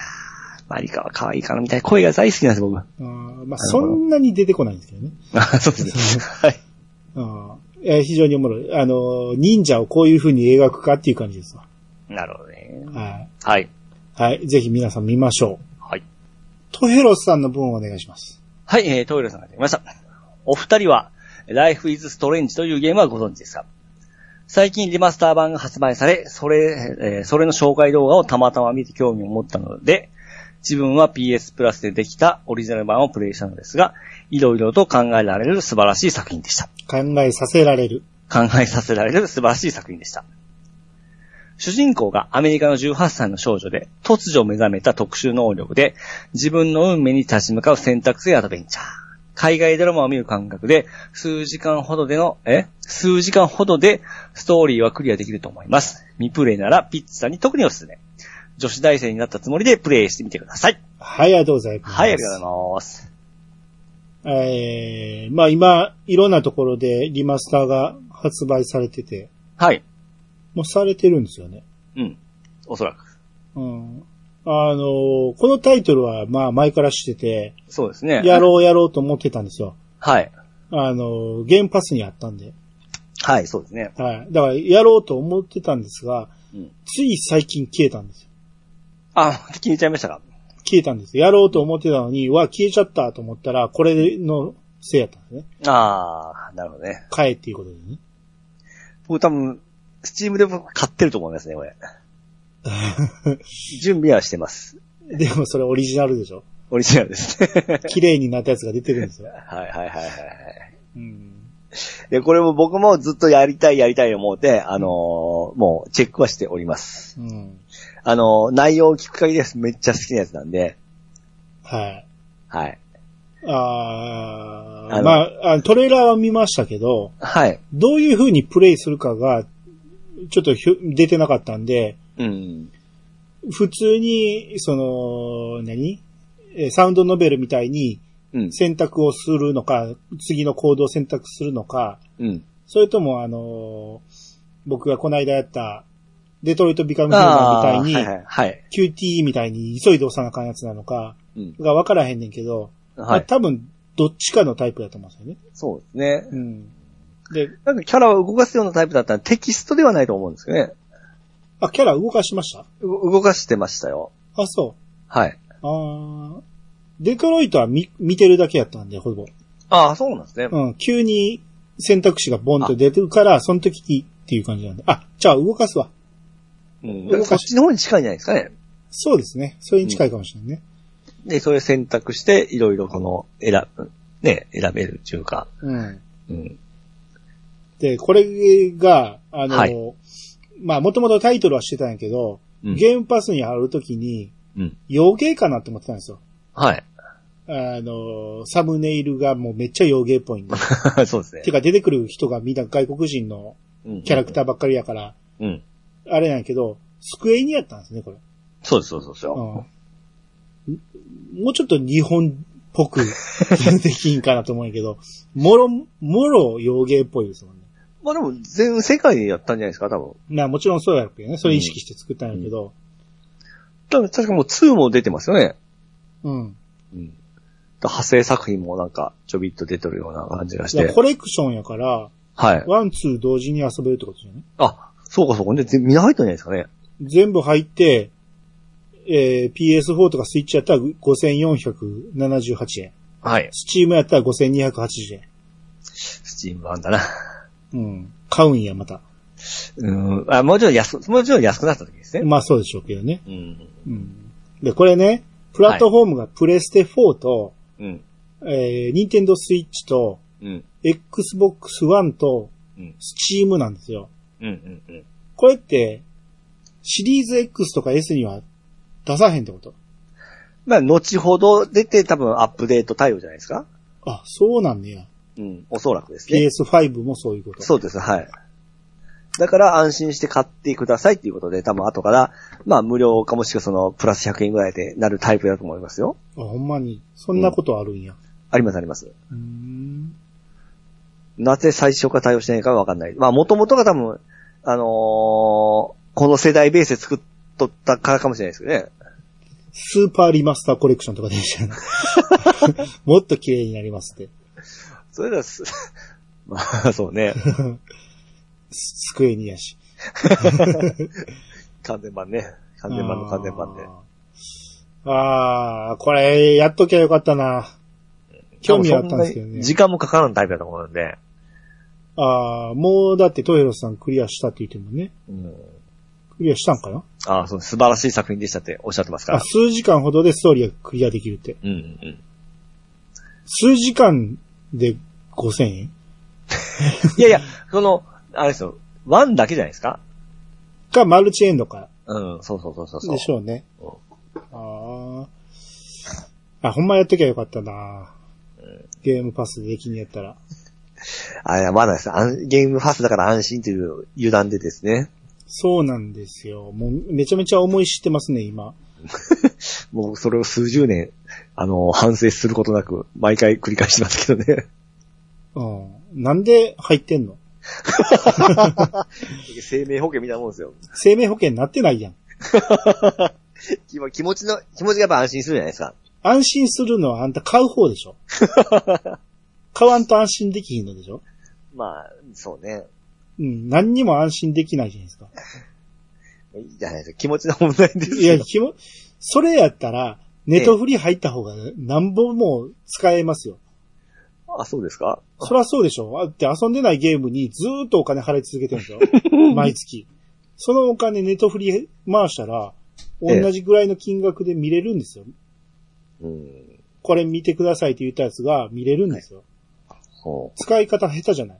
マリカは可愛いからみたいな声が大好きなんです、僕。あーまあ、そんなに出てこないんですけどね。あそうです ね。はい。あーえー非常におもろい。あのー、忍者をこういう風に描くかっていう感じですわ。なるほどね。はい。はい。はい。ぜひ皆さん見ましょう。はい。トヘロスさんの分をお願いします。はい、えー、トイレさんがいただきました。お二人は、Life is Strange というゲームはご存知ですか最近リマスター版が発売され、それ、えーそれの紹介動画をたまたま見て興味を持ったので、自分は PS プラスでできたオリジナル版をプレイしたのですが、いろいろと考えられる素晴らしい作品でした。考えさせられる。考えさせられる素晴らしい作品でした。主人公がアメリカの18歳の少女で突如目覚めた特殊能力で自分の運命に立ち向かう選択肢アドベンチャー。海外ドラマを見る感覚で数時間ほどでの、え数時間ほどでストーリーはクリアできると思います。未プレイならピッチさんに特におすすめ。女子大生になったつもりでプレイしてみてください。はい、ありがとうございます。はい、ありがとうございます。えー、まあ今、いろんなところでリマスターが発売されてて、はい。もうされてるんですよね。うん。おそらく。うん。あのーこのタイトルはまあ前からしてて、そうですね。やろうやろうと思ってたんですよ。はい。あのーゲームパスにあったんで。はい、そうですね。はい。だからやろうと思ってたんですが、うんつい最近消えたんですよ。あ、 聞いちゃいましたか消えたんです。やろうと思ってたのに、わ、消えちゃったと思ったら、これのせいやったんですね。ああ、なるほどね。買えっていうことで ね。僕多分、スチームでも買ってると思いますね、これ。準備はしてます。でもそれオリジナルでしょ。オリジナル ですね。綺麗になったやつが出てるんですよ。はいはいはいはいはい。うん。で、これも僕もずっとやりたいやりたいと思って、あのーもうチェックはしております。うん。あのー内容を聞く限りです。めっちゃ好きなやつなんで、はい。はい。あああのまあ、あトレーラーは見ましたけど、はい。どういう風にプレイするかが、ちょっとひょ出てなかったんで、うん。普通に、その、何えサウンドノベルみたいにうん。選択をするのか、次の行動を選択するのか、うん。それともあの僕がこの間やった、デトロイトビカムヒューマンみたいーはに、いはいはい。 QTE みたいに急いで押さなあかんやつなのか、うん。が分からへんねんけど、まはあい。多分、どっちかのタイプだと思うんですよね。そうですね。うん。で、なんかキャラを動かすようなタイプだったらテキストではないと思うんですよね。あ、キャラ動かしましたう動かしてましたよ。あ、そはい。う。あーデトロイトは見、見てるだけやったんで、ほぼ。ああ、そうなんですね。うん、急に選択肢がボンと出てるから、その時っていう感じなんで。あ、じゃあ動かすわ。うん。動かしそっちの方に近いんじゃないですかね。そうですね。それに近いかもしれないね。で、それ選択して、いろいろこの、選ぶ、ね、選べるっていうか。うん。うん。で、これが、あの、はいまあ、もともとタイトルはしてたんやけど、うんゲームパスにある時に、うん。洋芸かなって思ってたんですよ。はい。 あの、サムネイルがもうめっちゃ洋芸っぽいんで。そうですねて。か出てくる人がみんな外国人のキャラクターばっかりやから、ー。うん。あれなんやけど、スクエニやったんですね、これ。そうです、そうですそうですうよ。んもうちょっと日本っぽくできんかなと思うんやけど、もろ、もろ洋芸っぽいですもんね。まあでも、全世界でやったんじゃないですか、多分。まあもちろんそうやっけどね。それ意識して作ったんやけど、多分、確かもう2も出てますよね。うん。うん。派生作品もなんか、ちょびっと出てるような感じがしだからて。コレクションやから、はい。ワン、ツー同時に遊べるってことじゃないあ、そうかそうか。で、ぜみんな入ったんじゃないですかね。全部入って、えー、PS4 とかスイッチやったら5478円。はい。スチームやったら5280円。スチーム版だな。うん。買うんや、また。うん。あ、もうちょっと安、もうちょっと安くなった時ですね。まあそうでしょうけどね。うん。うん。で、これね、プラットフォームがプレステ4と、うん。えー、ニンテンドースイッチと、うん。 Xbox One とうん、スチームなんですよ。うん。うん。うん。これって、シリーズ X とか S には出さへんってことまあ、後ほど出て多分アップデート対応じゃないですか。あ、そうなんねや。うん。おそらくですね。 PS5 もそういうこと。そうです、はい。だから安心して買ってくださいっていうことで、多分後から、まあ無料かもしくはそのプラス100円ぐらいでなるタイプだと思いますよ。あ、ほんまに。そんなことあるんや。ありますあります。うーん。なぜ最初から対応してないかわかんない。まあ元々が多分、あのーこの世代ベースで作っとったからかもしれないですけどね。スーパーリマスターコレクションとかでいいじゃ ないもっと綺麗になりますって。それではす、 まあそうね。ススクエニやし。完全版ね。完全版の完全版で。あーあー、これ、やっときゃよかったな。興味はあったんですけ多分どそんなねに。時間もかからんタイプだと思うんで。ああ、もうだってトヘロスさんクリアしたって言ってもね。うん。クリアしたんかなああ、そう、素晴らしい作品でしたっておっしゃってますかあら。数時間ほどでストーリーがクリアできるって。うんうんうん。数時間で5000円いやいや、その、あれですよ、ワンだけじゃないですかか、マルチエンドか。うん、そうそうそうそうそう。でしょうね。うんああ。あ、ほんまやっときゃよかったな。ゲームパスできんやったら。あれはまだです。あんゲームファーストだから安心という油断でですね。そうなんですよ。もうめちゃめちゃ思い知ってますね、今。もうそれを数十年、あの、反省することなく、毎回繰り返してますけどね。うん。なんで入ってんの 生命保険みたいなもんですよ。生命保険なってないやん。今気持ちの、気持ちがやっぱ安心するじゃないですか。安心するのはあんた買う方でし ょ買わんと安心できひんのでしょまあ、そうね。うん、何にも安心できないじゃないですか。いいじゃないですか。気持ちの問題ですよ。い や、ひも、それやったら、ネトフリ入った方がなんぼもう使えますよ。あ、そうですかそりゃそうでしょだって遊んでないゲームにずーっとお金払い続けてるんです よ。毎月。そのお金ネトフリ回したら、ええ同じぐらいの金額で見れるんですよ。うん。これ見てくださいって言ったやつが見れるんですよ。ほ使い方下手じゃない。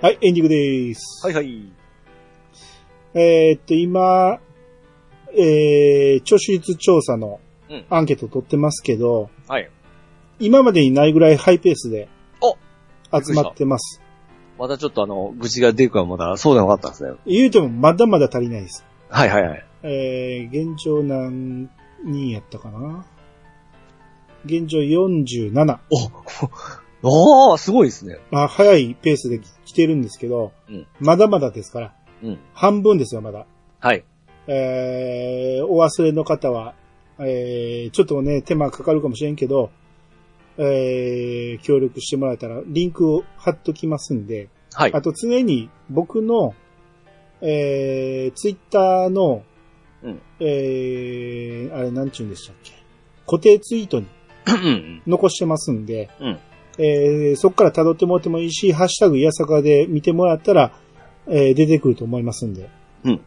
はい、エンディングです。う。はいはい。えーっと、今、えー、聴取率調査のうんアンケート取ってますけど、はい。今までにないぐらいハイペースでお集まってます。まだちょっとあの、愚痴が出るからまだ、そうでなかったんですね。言うてもまだまだ足りないです。はいはいはい。えー、現状何人やったかな現状47。おあー、 すごいですね。まあ、早いペースで来てるんですけど、うんまだまだですから、うん半分ですよ、まだ。はい。えー、お忘れの方は、えー、ちょっとね、手間かかるかもしれんけど、えー、協力してもらえたら、リンクを貼っときますんで、はい。あと常に僕の、えー、ツイッターの、うんえー、あれなんちゅうんでしたっけ固定ツイートにうん残してますんで、うんえーそこから辿ってもらってもいいし、ハッシュタグいやさかで見てもらったら、えー出てくると思いますんで。うん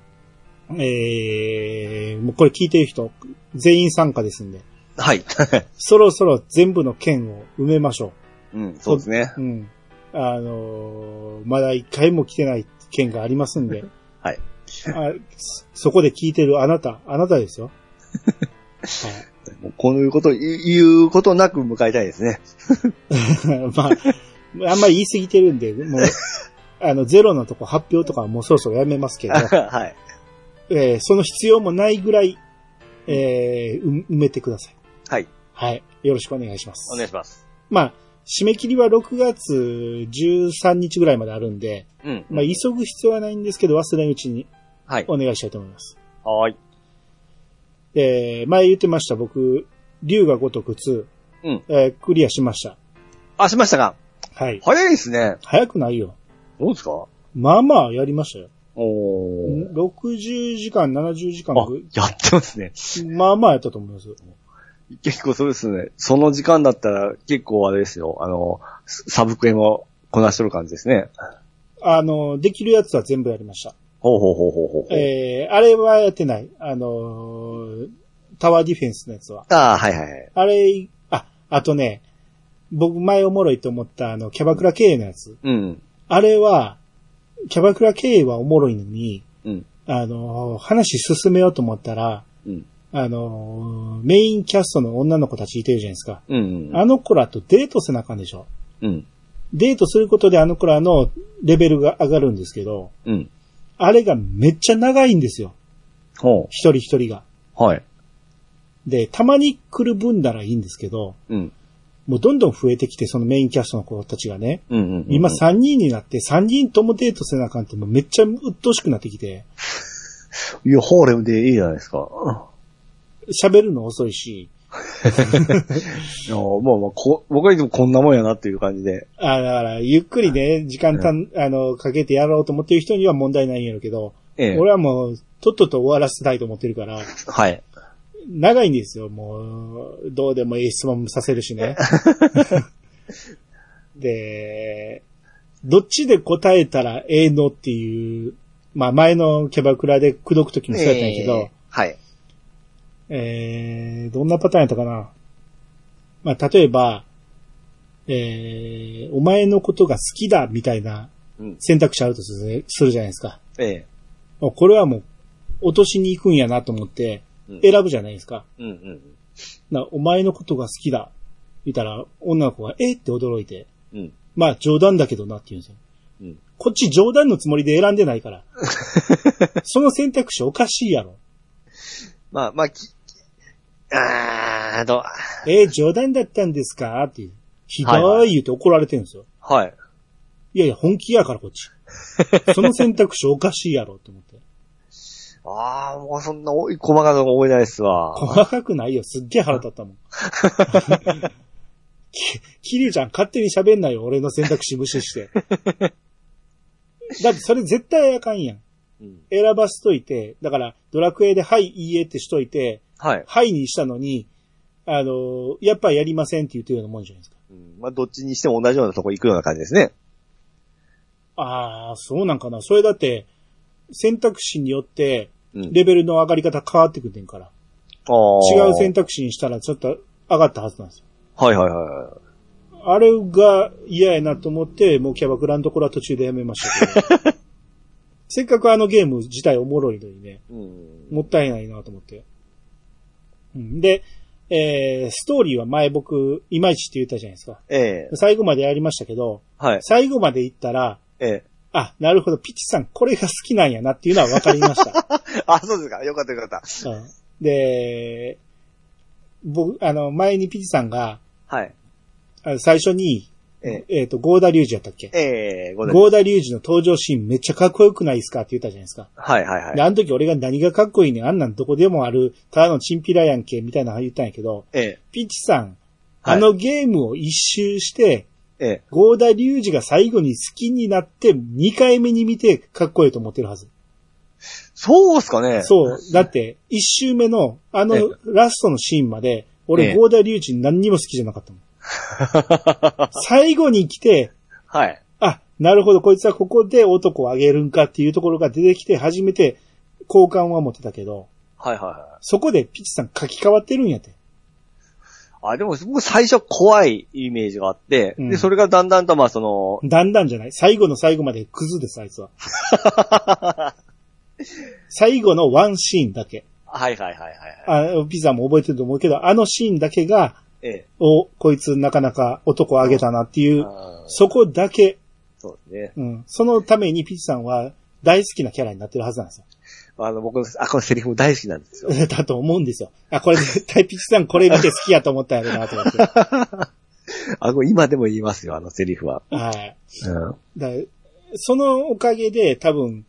えーもうこれ聞いてる人、全員参加ですんで、 はい。そろそろ全部の件を埋めましょうん、そうですね。う。うん。あのーまだ一回も来てない件がありますんで。 はいあ。そそこで聞いてるあなた、あな たですよ。もうこういうこと、い言うことなく迎えたいですね。 まあ、あんまり言い過ぎてるんで、 もう、あの、ゼロのとこ発表とかはもうそろそろやめますけど、 はい。えーその必要もないぐらい、えーう埋めてください。はい。はい。よろしくお願いします。お願いします。まあ、締め切りは6月13日ぐらいまであるんで、うん。まあ、急ぐ必要はないんですけど、忘れんうちにはい。お願いしたいと思います。はーい。で、前言ってました、僕、竜が如く2、うんえークリアしました。あ、しましたかはい。早いですね。早くないよ。どうですかまあまあ、やりましたよ。おー。 60時間、70時間あぐ、やってますね。まあまあやったと思います。結構そうですね。その時間だったら結構あれですよ。あの、ササブクエもこなしとる感じですね。あの、できるやつは全部やりました。ほうほうほうほうほうほう。えー、あれはやってない。あのータワーディフェンスのやつは。ああ、はいはいはい。あれ、あ、あとね、僕前おもろいと思ったあの、キャバクラ経営のやつ。うん。あれは、キャバクラ経営はおもろいのに、うん。あのー話進めようと思ったら、うん。あのーメインキャストの女の子たちいてるじゃないですか。うん。あの子らとデートせなあかんでしょ。うん。デートすることであの子らのレベルが上がるんですけど、うん。あれがめっちゃ長いんですよ。ほ一人一人が。う。はい。で、たまに来る分ならいいんですけど、うん。もうどんどん増えてきて、そのメインキャストの子たちがね、うんうんうん。今3人になって3人ともデートせなあかんってもうめっちゃ鬱陶しくなってきて、いや、ホーレムでいいじゃないですか。喋るの遅いし、いや、もう、まあ、こ、僕はいつもこんなもんやなっていう感じで。あだから、ゆっくりね、時間たん、あの、かけてやろうと思ってる人には問題ないんやろうけど、ええ。俺はもう、とっとと終わらせたいと思ってるから、はい。長いんですよ、もう、どうでもいい質問もさせる しね。で、どっちで答えたらええのっていう、まあ前のキャバクラで口説くときもそうやったんやけど、はい。えーどんなパターンやったかな。まあ例えば、えーお前のことが好きだみたいなうん。選択肢あるとするするじゃないですか。ええ。もうこれはもう、落としに行くんやなと思ってうん、選ぶじゃないですか。うんうん。な、お前のことが好きだ。見たら、女の子が、えって驚いて。うん。まあ、冗談だけどなって言うんですよ。うんこっち冗談のつもりで選んでな いから。その選択肢おかしいやろ。まあ、まあ、き、あーどう、えー冗談だったんですかっていう。ひはいどはいい言うて怒られてるんですよ。いはい。やいや、本気やからこっち。その選択肢おかしいやろと思って。ああ、もうそんなおい、細かく覚えないですわ。細かくないよ。すっげえ腹立ったもん。きキリュウちゃん勝手に喋んないよ。俺の選択肢無視して。だってそれ絶対あかんやん。うん選ばしといて、だから、ドラクエで、はい、いいえってしといて、はい。はいにしたのに、あの、やっぱやりませんって言ってるようなもんじゃないですか。うんまあ、どっちにしても同じようなとこ行くような感じですね。ああ、そうなんかな。それだって、選択肢によって、うん。レベルの上がり方変わってくんねんから。違違う選択肢にしたら、ちょっと上がったはずなんですよ。はいはいはあれが嫌やなと思って、もうキャバクラのところは途中でやめましたけど。せっかくあのゲーム自体おもろいのにね、い。うん。もったいないなと思って。うんで、えー、ストーリーは前僕、いまいちって言ったじゃないですか。ええ最後までやりましたけど、はい。最後まで行ったら、ええ。あ、なるほど。ピチさん、これが好きなんやなっていうのは分かりました。あ、そうですか。よかったよかった。うんで、僕、あの、前にピチさんが、はい。あの最初に、ええ。えっ、と、ゴーダリュウジやったっけええ、ごめんゴーダリュウジの登場シーンめっちゃかっこよくないですかって言ったじゃないですか。はいはいはで、い。あの時俺が何がかっこいいねんあんなんどこでもある、ただのチンピラやんけ、みたいなの言ったんやけど、ええ。ピッチさん、はいあのゲームを一周して、ええ。ゴーダリュウジが最後に好きになって、2回目に見てかっこいいと思ってるはず。そうっすかね。 そう。だって、一周目の、あええの、ラストのシーンまで、え俺、えゴーダリュウジ何にも好きじゃなかったもん。最後に来て、はい。あ、なるほど、こいつはここで男をあげるんかっていうところが出てきて、初めて、好感は持てたけど、はいはいはそこでピチさん書き換わってるんやて。い。あ、でも僕最初怖いイメージがあって、うんで、それがだんだんとまあその、だんだんじゃない最後の最後までクズです、あいつは。 最後のワンシーンだけ。はいはいはいはいはい。あ、ピザも覚えてると思うけど、あのシーンだけが、ええ。お、こいつなかなか男をあげたなっていう、あーそこだけ、そうですね。うん。そのためにピチさんは大好きなキャラになってるはずなんですあの、僕、あ、このセリフ大好きなんですよ。よ。 だと思うんですよ。あ、これ 絶対ピチさんこれ見て好きやと思ったんやろなと思 って。あ、これ今でも言いますよ、あのセリフは。はい。うん。だからそのおかげで多分、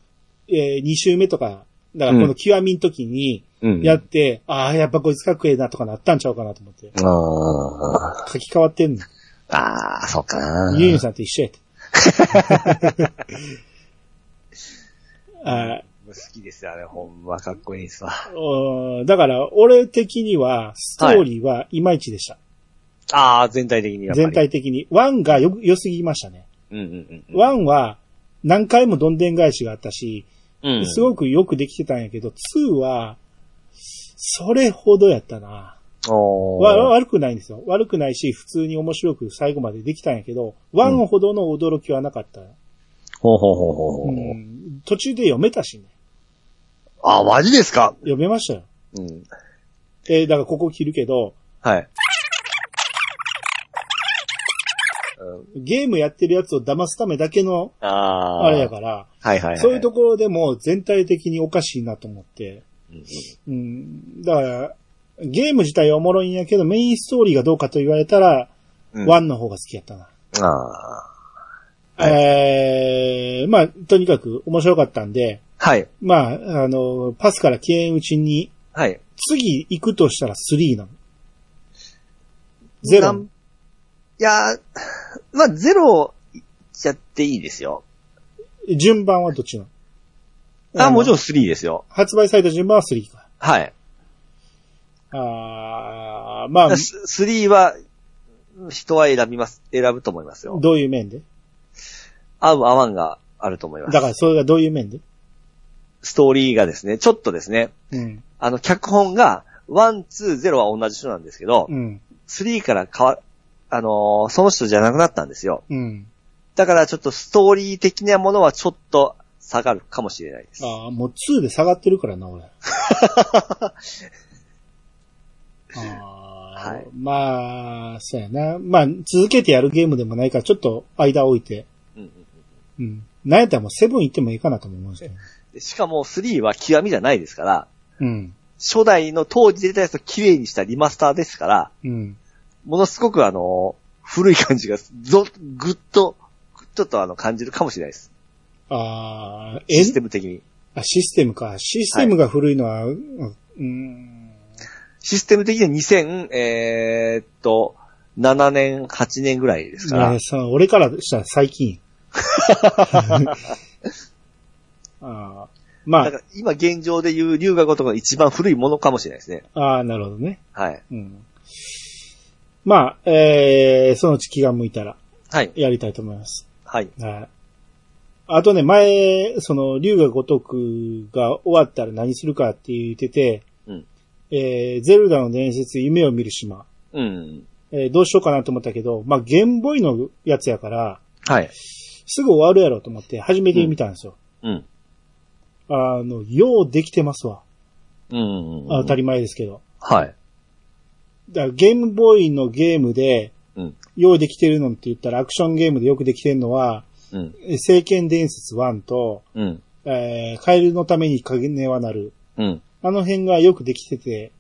え2週目とか、だからこの極みの時にうん。やって、ああ、やっぱこいつかっこええなとかなったんちゃうかなと思って。あ書き換わってんの。あ。ああ、そうかな。ユーユンさんと一緒 やて。あ好きですよ、あれ。ほんまかっこいいですわ。ーおーだから、俺的には、ストーリーはいまいちでした。ああ、全体的にやっぱり全。体的に。1がよ、良すぎましたね。うんうんうん。 1は、何回もどんでん返しがあったし、うん、すごくよくできてたんやけど、2は、それほどやったな。おーわ悪くないんですよ。悪くないし、普通に面白く最後までできたんやけど、1ほどの驚きはなかった。ほうほうほうほうほう。うん途中で読めたしね。あ、マジですか読めましたよ。うん。えーだからここ切るけど、はい。ゲームやってるやつを騙すためだけの、ああ。あれやから、はいはいはい。そういうところでも全体的におかしいなと思って。うんうん、だから、ゲーム自体はおもろいんやけど、メインストーリーがどうかと言われたら、うん1の方が好きやったな。あはえー、まあ、とにかく面白かったんで、あ。はい。まあ、あの、パスから消えんうちに、はい。次行くとしたら3なの。ゼなロん。いやー、まあ、ゼロ、やっていいですよ。順番はどっちなのあ、もちん。ろん3ですよ。発売された順番は3か。はい。あーまあ、ス3は、人は選びます、選ぶと思いますよ。どういう面で合う合わんがあると思います。だからそれがどういう面でストーリーがですね、ちょっとですね、うん。あの、脚本が、1、2、0は同じ人なんですけどう、ん。 3から変わ、あのーその人じゃなくなったんですよ。うん。だからちょっとストーリー的なものはちょっと下がるかもしれないです。ああ、もう2で下がってるか らな、俺。あーはいまあ、そうやな。まあ、続けてやるゲームでもないから、ちょっと間置いて。うんうんうん。なんやったらもうセブン行ってもいいかなとも思うんですけど。でしかも3は極みじゃないですから、うん。初代の当時出たやつを綺麗にしたリマスターですから、うん。ものすごくあのー古い感じがぞ、ぐっと、ちょっとあの、感じるかもしれないです。ああ、えシステム的に。あ、システムか。システムが古いのは、うんうん。システム的には2000、えーっと、7年、8年ぐらいですいからや、。その俺からしたら 最近。あーまだから今現状で言う龍河如くの一番古いものかもしれないですね。あ、ああ、なるほどね。はい。うん。まあ、えー、そのうち気が向いたらはい。やりたいと思います。はい。はい。あとね、前、その、龍が如くが終わったら何するかって言ってて、うんえー、ゼルダの伝説、夢を見る島、うん。えーどうしようかなと思ったけど、まあ、ゲームボーイのやつやから、はい。すぐ終わるやろうと思って初めて見たんですよ。うん。あの、ようできてますわ。うん。あ当たり前ですけど。はい。だからゲームボーイのゲームで、うんようできてるのって言ったらアクションゲームでよくできてるのは、うん。聖剣伝説1と、うん。えーカエルのために金はなる。うん。あの辺がよくできてて、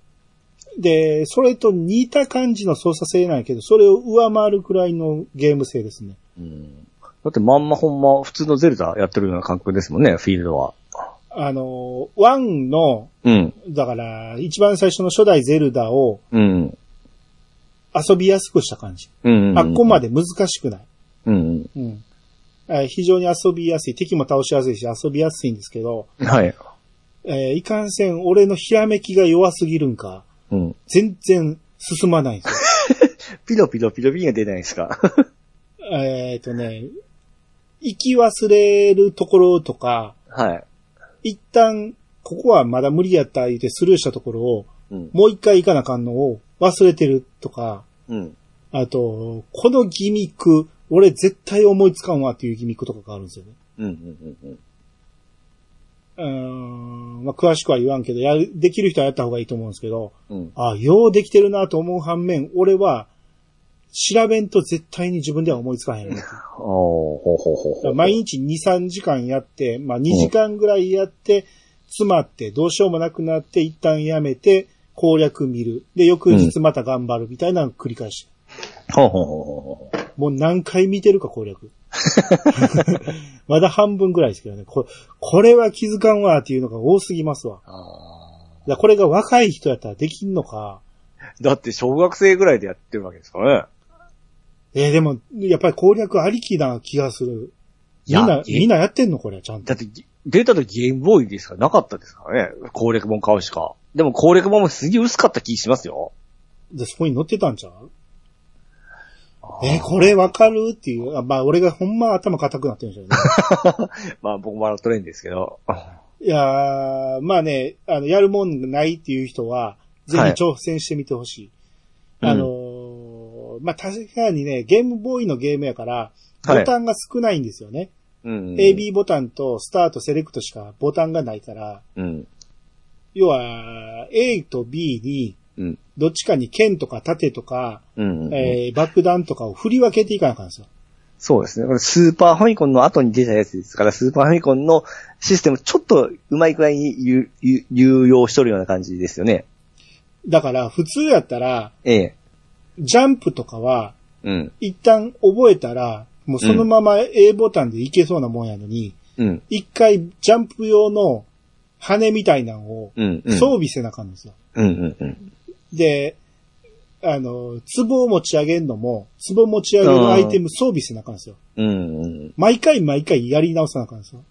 で、それと似た感じの操作性なんやけど、それを上回るくらいのゲーム性ですね。うん。だってまんまほんま普通のゼルダやってるような感覚ですもんね、フィールドは。あの、1の、うん。だから、一番最初の初代ゼルダをうん。遊びやすくした感じ。うん。あっこまで。で難しくない。うん。うん。えー非常に遊びやすい。敵も倒しやすいし、遊びやすいんですけど、はい。えーいかんせん俺のひらめきが弱すぎるんか、うん。全然進まないんですピロピロピロピンが出ないですか。よ。えっとね、行き忘れるところとか、 はい。一旦、ここはまだ無理やった言うてスルーしたところを、うん。もう一回行かなあかんのを忘れてるとか、うん。あと、このギミック、俺絶対思いつかんわっていうギミックとかがあるんですよね。うん。うん。うん。うーん、まあ、詳しくは言わんけど、やる、できる人はやった方がいいと思うんですけど、うん。あようできてるなと思う反面、俺は、調べんと絶対に自分では思いつかへんよね。ああ、ほうほうほうだかほらう。毎日2、3時間やって、まあ、2時間ぐらいやって、詰まって、どうしようもなくなって、一旦やめて、攻略見る。で、翌日また頑張るみたいなのを繰り返し。ほうほうほうほうほもう何回見てるか 攻略。 まだ半分ぐらいですけどね。ここれは気づかんわっていうのが多すぎますわ。う。あだからこれが若い人やったらできんのか。あ。だって小学生ぐらいでやってるわけですからね。えーでも、やっぱり攻略ありきな気がする。いみやんな、いいみんなやってんのこれ、ちゃんだと。って、出た時ゲームボーイでしかなかったですからね。攻略本買うしか。でも攻略本もすげえ薄かった気しますよ。で、そこに載ってたんちゃうえーこれわかるっていう。あまあ、俺がほんま頭固くなってるんでしょ うね。まあ僕もあのトレインですけど。いやー、まあね、あの、やるもんないっていう人は、ぜひはい挑戦してみてほしい。うんあのーまあ確かにね、ゲームボーイのゲームやから、はいボタンが少ないんですよね。うん。 AB ボタンとスタート、セレクトしかボタンがないから、うん。要は、A と B に、うん。どっちかに剣とか盾とか、うん。えー爆弾とかを振り分けていかなあかんですよ。そうですね。これスーパーファミコンの後に出たやつですから、スーパーファミコンのシステムちょっとうまいくらいに有有有用しとるような感じですよね。だから、普通やったら、ええ。ジャンプとかは、うん。一旦覚えたら、もうそのまま A ボタンでいけそうなもんやのに、うん。一回ジャンプ用の羽みたいなのをうん。うん。装備せなあかんんですよ。うん。うん。うん。で、あの、壺を持ち上げるのも、壺持ち上げるアイテム装備せなあかんんですよ。うん。うん。毎回毎回やり直さなあかんんですよ。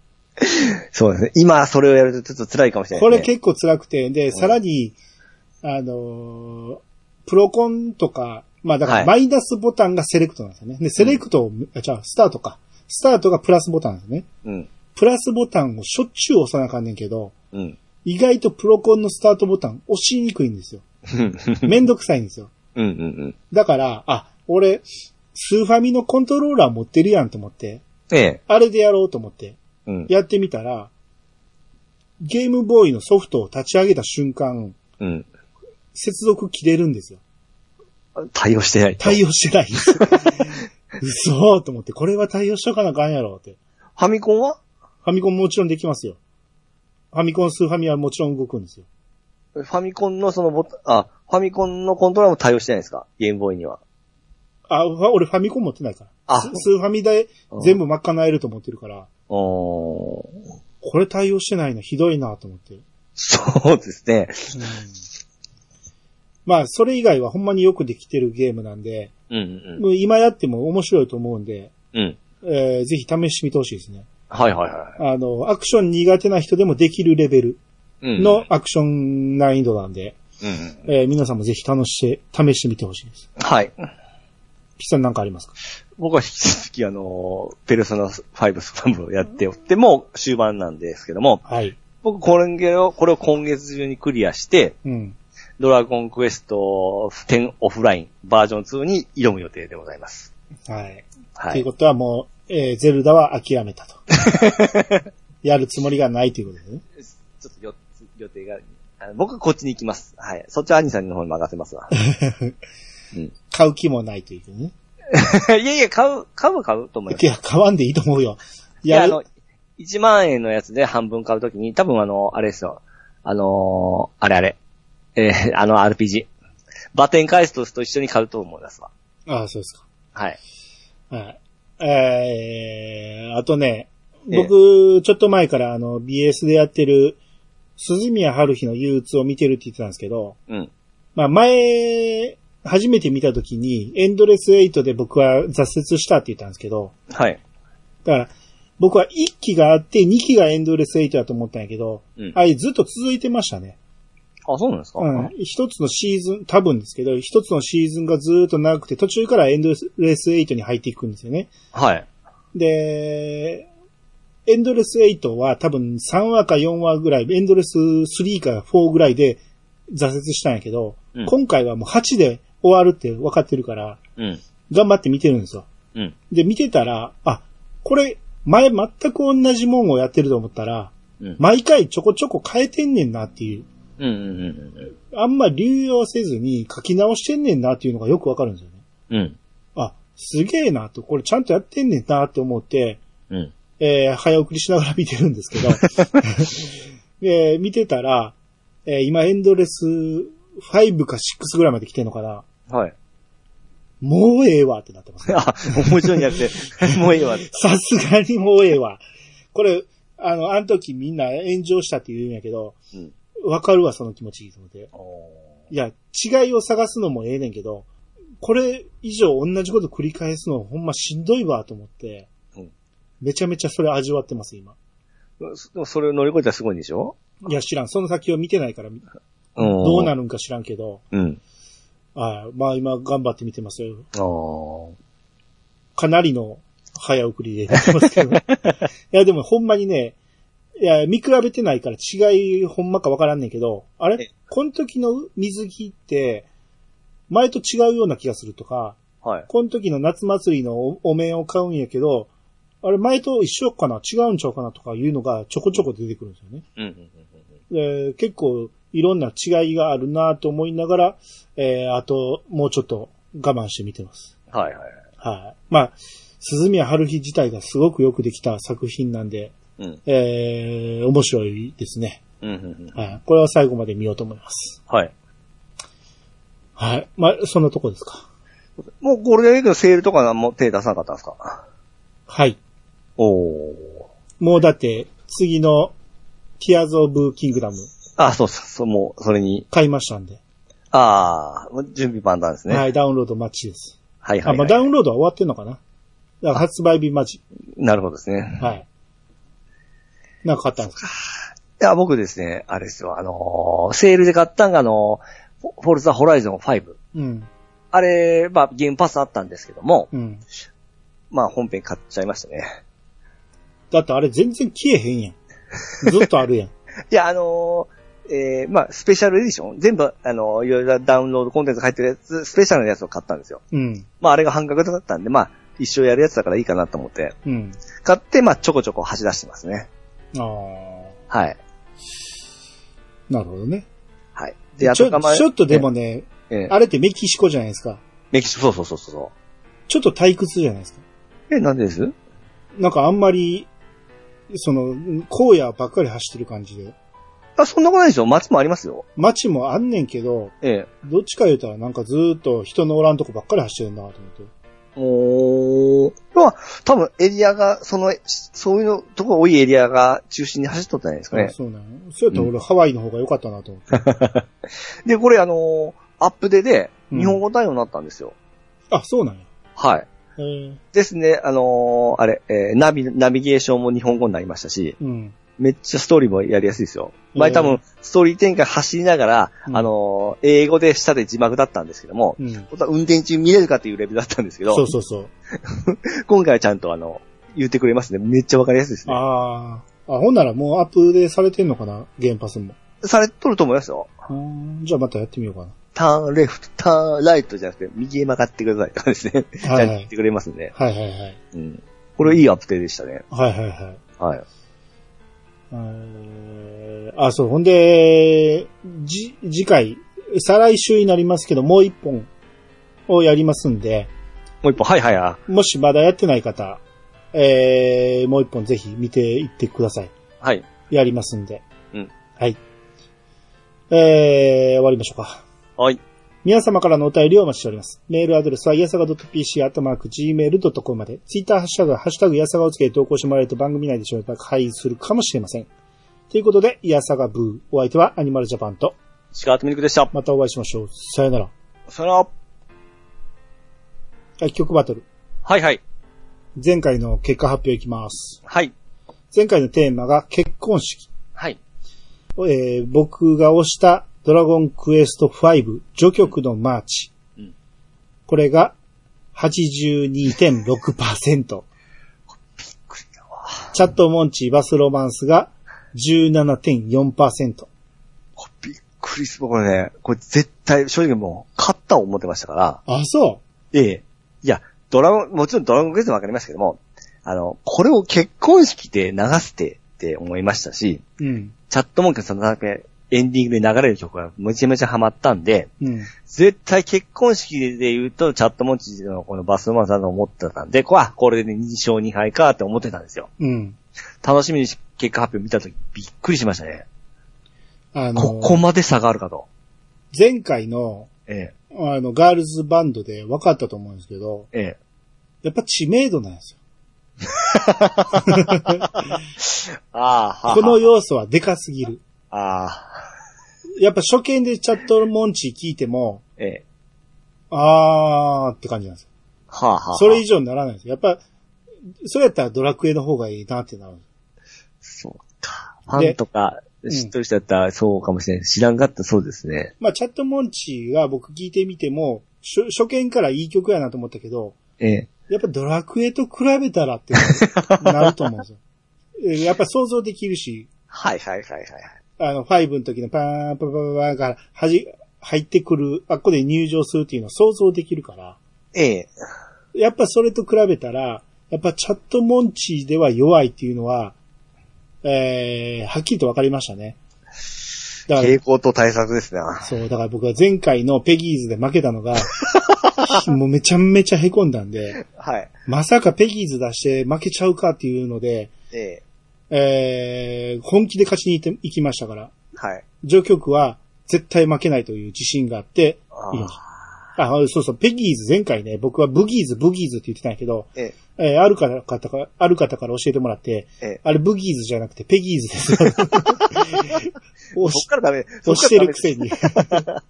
そうですね。今それをやるとちょっと辛いかもしれないこれですね。結構辛くて、で、さらに、あの、プロコンとか、まあだかはらいマイナスボタンがセレクトなんですよね。で、セレクトを、あ、じゃあスタートか。スタートがプラスボタンなんですね。うん。プラスボタンをしょっちゅう押さなあかんねんけど、うん。意外とプロコンのスタートボタン押しにくいんですよ。めんどくさいんですよ。うん。うん。だから、あ、俺、スーファミのコントローラー持ってるやんと思って、ええ。あれでやろうと思って、うん。やってみたら、ゲームボーイのソフトを立ち上げた瞬間、うん。接続切れるんですよ。対応してない。対応してないんですよ。嘘と思って、これは対応しとかなあかんやろって。ファミコンはファミコンもちろんできますよ。ファミコン、スーファミはもちろん動くんですよ。ファミコンのそのボタン、あ、ファミコンのコントローラーも対応してないですかゲームボーイには。あ、ファ俺ファミコン持ってないから。あススーファミで全部賄えると思ってるから、おーこれ対応してないのひどいなと思って。そうですね。まあ、それ以外はほんまによくできてるゲームなんで、うんもう今やっても面白いと思うんで、うん。うん。えーぜひ試してみてほしいですね。はいはいはあの、アクション苦手な人でもできるレベルい。うんの、アクション難易度なんで、うん。えー皆さんもぜひ楽して、試してみてほしいです。はい。ピッさんなんかありますか僕は引き続きあの、ペルソナ5スパムをやっておって、もう終盤なんですけども、はい。僕これを、これを今月中にクリアして、うん。ドラゴンクエスト10オフラインバージョン2に挑む予定でございます。はい。はというい。ことはもう、えーゼルダは諦 めたと。やるつもりがないということですね。ちょっと予予定が、あの僕はこっちに行きます。はい。そっちは兄さんの方に任せますわ。買う気もないというね。 いやいや、買う、買うは買うと思いますい。や、買わんでいいと思うよ。いや、あの、1万円のやつで半分買うときに、多分あの、あれですよ。あのーあれあれ。えーあの RPG。バテン返すとと一緒に買うと思いますわ。ああ、そうですか。はい。はい。えー、あとね、ええ僕、ちょっと前からあの、BS でやってる、鈴宮春日の憂鬱を見てるって言ってたんですけど、うん。まあ前、初めて見た時に、エンドレス8で僕は挫折したって言ったんですけど、はい。だから、僕は1期があって2期がエンドレス8だと思ったんやけど、うん。あれずっと続いてましたね。あ、そうなんですか、うん。一つのシーズン、多分ですけど、一つのシーズンがずーっと長くて、途中からエンドレス8に入っていくんですよね。はい。で、エンドレス8は多分3話か4話ぐらい、エンドレス3か4ぐらいで挫折したんやけど、うん今回はもう8で終わるって分かってるから、うん。頑張って見てるんですよ。うん。で、見てたら、あ、これ、前全く同じもんをやってると思ったら、うん。毎回ちょこちょこ変えてんねんなっていう、うん。うん。うんあんま流用せずに書き直してんねんなっていうのがよくわかるんですよね。うん。うん。あ、すげえなと、これちゃんとやってんねんなって思って、うん。えー早送りしながら見てるんです けど、えー見てたら、えー今エンドレス5か6ぐらいまで来てんのかなはい。 もうええわってなってます。あ、もちろんじゃなくて、 もういいわ。さすがにもうええわ。これ、あの、あの時みんな炎上したって言うんやけどうん、わ、かるわ、その気持ちいいと思って。おいや、違いを探すのもええねんけど、これ以上同じこと繰り返すのほんましんどいわと思って、うんめちゃめちゃそれ味わってます、今。ーそでもそれを乗り越えたらすごいんでしょいや、知らん。その先を見てないから、うん。どうなるんか知らんけど、うん。あまあ今頑張って見てますよ。あーかなりの早送りでやってます けど。いや、でもほんまにね、いや、見比べてないから違いほんまかわからんねんけど、あえれこの時の水着って、前と違うような気がするとか、はい。この時の夏祭りのおお面を買うんやけど、あれ前と一緒かな違うんちゃうかなとかいうのがちょこちょこ出てくるんですよね。うん。うんうんえー結構いろんな違いがあるなと思いながら、えーあと、もうちょっと我慢して見てます。うんはいはい。はい。まあ、鈴宮春日自体がすごくよくできた作品なんで、うん。えー面白いですね。うん。うんうん。はい。これは最後まで見ようと思います。はい。はい。まあ、そんなとこですか。もうゴールデンウィークのセールとかなんも手出さなかったんですかはい。おお。もうだって、次の、ティアーズ・オブ・キングダムあ、そうそう、そう、もう、それに、買いましたんで、ああ、もう準備万端ですね。は、はいい、ダウンロード待ちです。はい、あ、はい。まあ、ダウンロードは終わってんのかなだから発売日待ち。なるほどですね。はい。なんか買ったんですかいや、僕ですね、あれですよ、あのーセールで買ったんが、あのーフォフォルザホライゾン5。うん。あれ、まあ、ゲームパスあったんですけども、うん。まあ、本編買っちゃいましたね。 だってあれ全然消えへんやん。ずっとあ るやん。いや、あのーえー、まあ、スペシャルエディション全部、あのーいろいろダウンロードコンテンツが入ってるやつ、スペシャルなやつを買ったんですよ。うん。まあ、あれが半額だったんで、まあ、一生やるやつだからいいかなと思って、うん。買って、まあ、ちょこちょこ走らしてますね。ああ。はい。なるほどね。はい。ちょ、ちまあょっとでもね、ええあれってメキシコじゃないですか。メキシコ、そうそうそうそちょっと退屈じゃないですか。う。え、なんでですなんかあんまり、その、荒野ばっかり走ってる感じで。あ、そんなことないでしょ街もありますよ。街もあんねんけど、えどっちか言うたらなんかずーっと人のおらんとこばっかり走ってるなと思って。え。おー。まあ、多分エリアが、その、しそういうのとこが多いエリアが中心に走っとったんじゃないですかあね。そうなの。そうやったら俺、ハワイの方が良かったなと思って。で、これあのーアップデで、うん日本語対応になったんですよ。あ、そうなんや。はい。えー、ですね、あのーあれ、えーナビ、ナビゲーションも日本語になりましたし、うん。めっちゃストーリーもやりやすいですよ。前えー多分、ストーリー展開走りながら、うんあのー英語で下で字幕だったんですけども、うん。本当は運転中見れるかっていうレベルだったんですけど、そうそうそう。今回はちゃんとあの、言ってくれますね。めっちゃわかりやすいですね。ああ。あ、ほんならもうアップデートされてんのかなゲームパスも。されとると思いますよ。うーんじゃあまたやってみようかターンレフト、ターンライトじゃなくて、右へ曲がってくださいとかですね。な。はいちゃんとは言っい。てくれますんで。はいはいはい。うん。これいいアップデートでしたね。はいはいはい。はい。えーあ、そう。ほんで、じ、次回、再来週になりますけど、もう一本をやりますんで、もう一本、はいはいはい。もしまだやってない方、えー、もう一本ぜひ見ていってください。はい。やりますんで。うん。はい。えー、終わりましょうか。はい。皆様からのお便りをお待ちしております。メールアドレスは、やさが .pc、アットマーク、gmail.com まで。ツイッター、ハッシュタグ、ハッシュタグ、やさがをつけて投稿してもらえると番組内で紹介するかもしれません。ということで、やさがブー。お相手は、アニマルジャパンと、シガートミルクでした。またお会いしましょう。さよなら。さよなら。楽曲バトル。はいはい。前回の結果発表いきます。はい。前回のテーマが、結婚式。はい。えー僕が推したドラゴンクエスト5序曲のマーチ。うんこれが82.6%。くりだわ。チャットモンチーバスロマンスが17.4%。これびっくりする。これね、これ絶対、正直もう、勝った思ってましたから。あ、そええ。いや、ドラゴン、もちろんドラゴンクエストもわかりますけども、あの、これを結婚式で流してって思いましたし、ううん。チャットモンキーさんの中でエンディングで流れる曲がめちゃめちゃハマったんで、うん。絶対結婚式で言うとチャットモンチーのこのバスマンさんの思ってたんで、こわ、これで2勝2敗かって思ってたんですよ。うん。楽しみにし結果発表見たときびっくりしましたね。あの、ここまで差があるかと。前回の、えあの、ガールズバンドで分かったと思うんですけど、え、えやっぱ知名度なんですよ。え。ああ、はあこの要素はでかすぎる。ああ、やっぱ初見でチャットモンチー聞いても、ええ。あーって感じなんですよはあ、はあはあ。それ以上にならないです。やっぱ、そうやったらドラクエの方がいいなってなる。そうか。ファンとか、知ってる人だったらそうかもしれない。知らんかったらそうですね。まあ、チャットモンチーが僕聞いてみても、初初見からいい曲やなと思ったけど、ええ。やっぱドラクエと比べたらってなると思うんですよ えー。やっぱ想像できるし、はいはいはいはいはい。あの、5の時のパーンパパパパンからはじ、入ってくる、あっこで入場するっていうのを想像できるから、ええ。やっぱそれと比べたら、やっぱチャットモンチーでは弱いっていうのは、えー、はっきりとわかりましたね。だから傾向と対策ですね。そう、だから僕は前回のペギーズで負けたのが、 もうめちゃめちゃ凹んだんで、はい。まさかペギーズ出して負けちゃうかっていうので、ええ。えー、本気で勝ちに行って行きましたから、はい。上局は絶対負けないという自信があって、あいいよあ、そうそう、ペギーズ前回ね、僕はブギーズ、ブギーズって言ってたんやけど、ええ。えーある方から、ある方から教えてもらって、ええ。あれブギーズじゃなくてペギー ズです。押そしっからダメ。そ押っかしらダメてるくせに。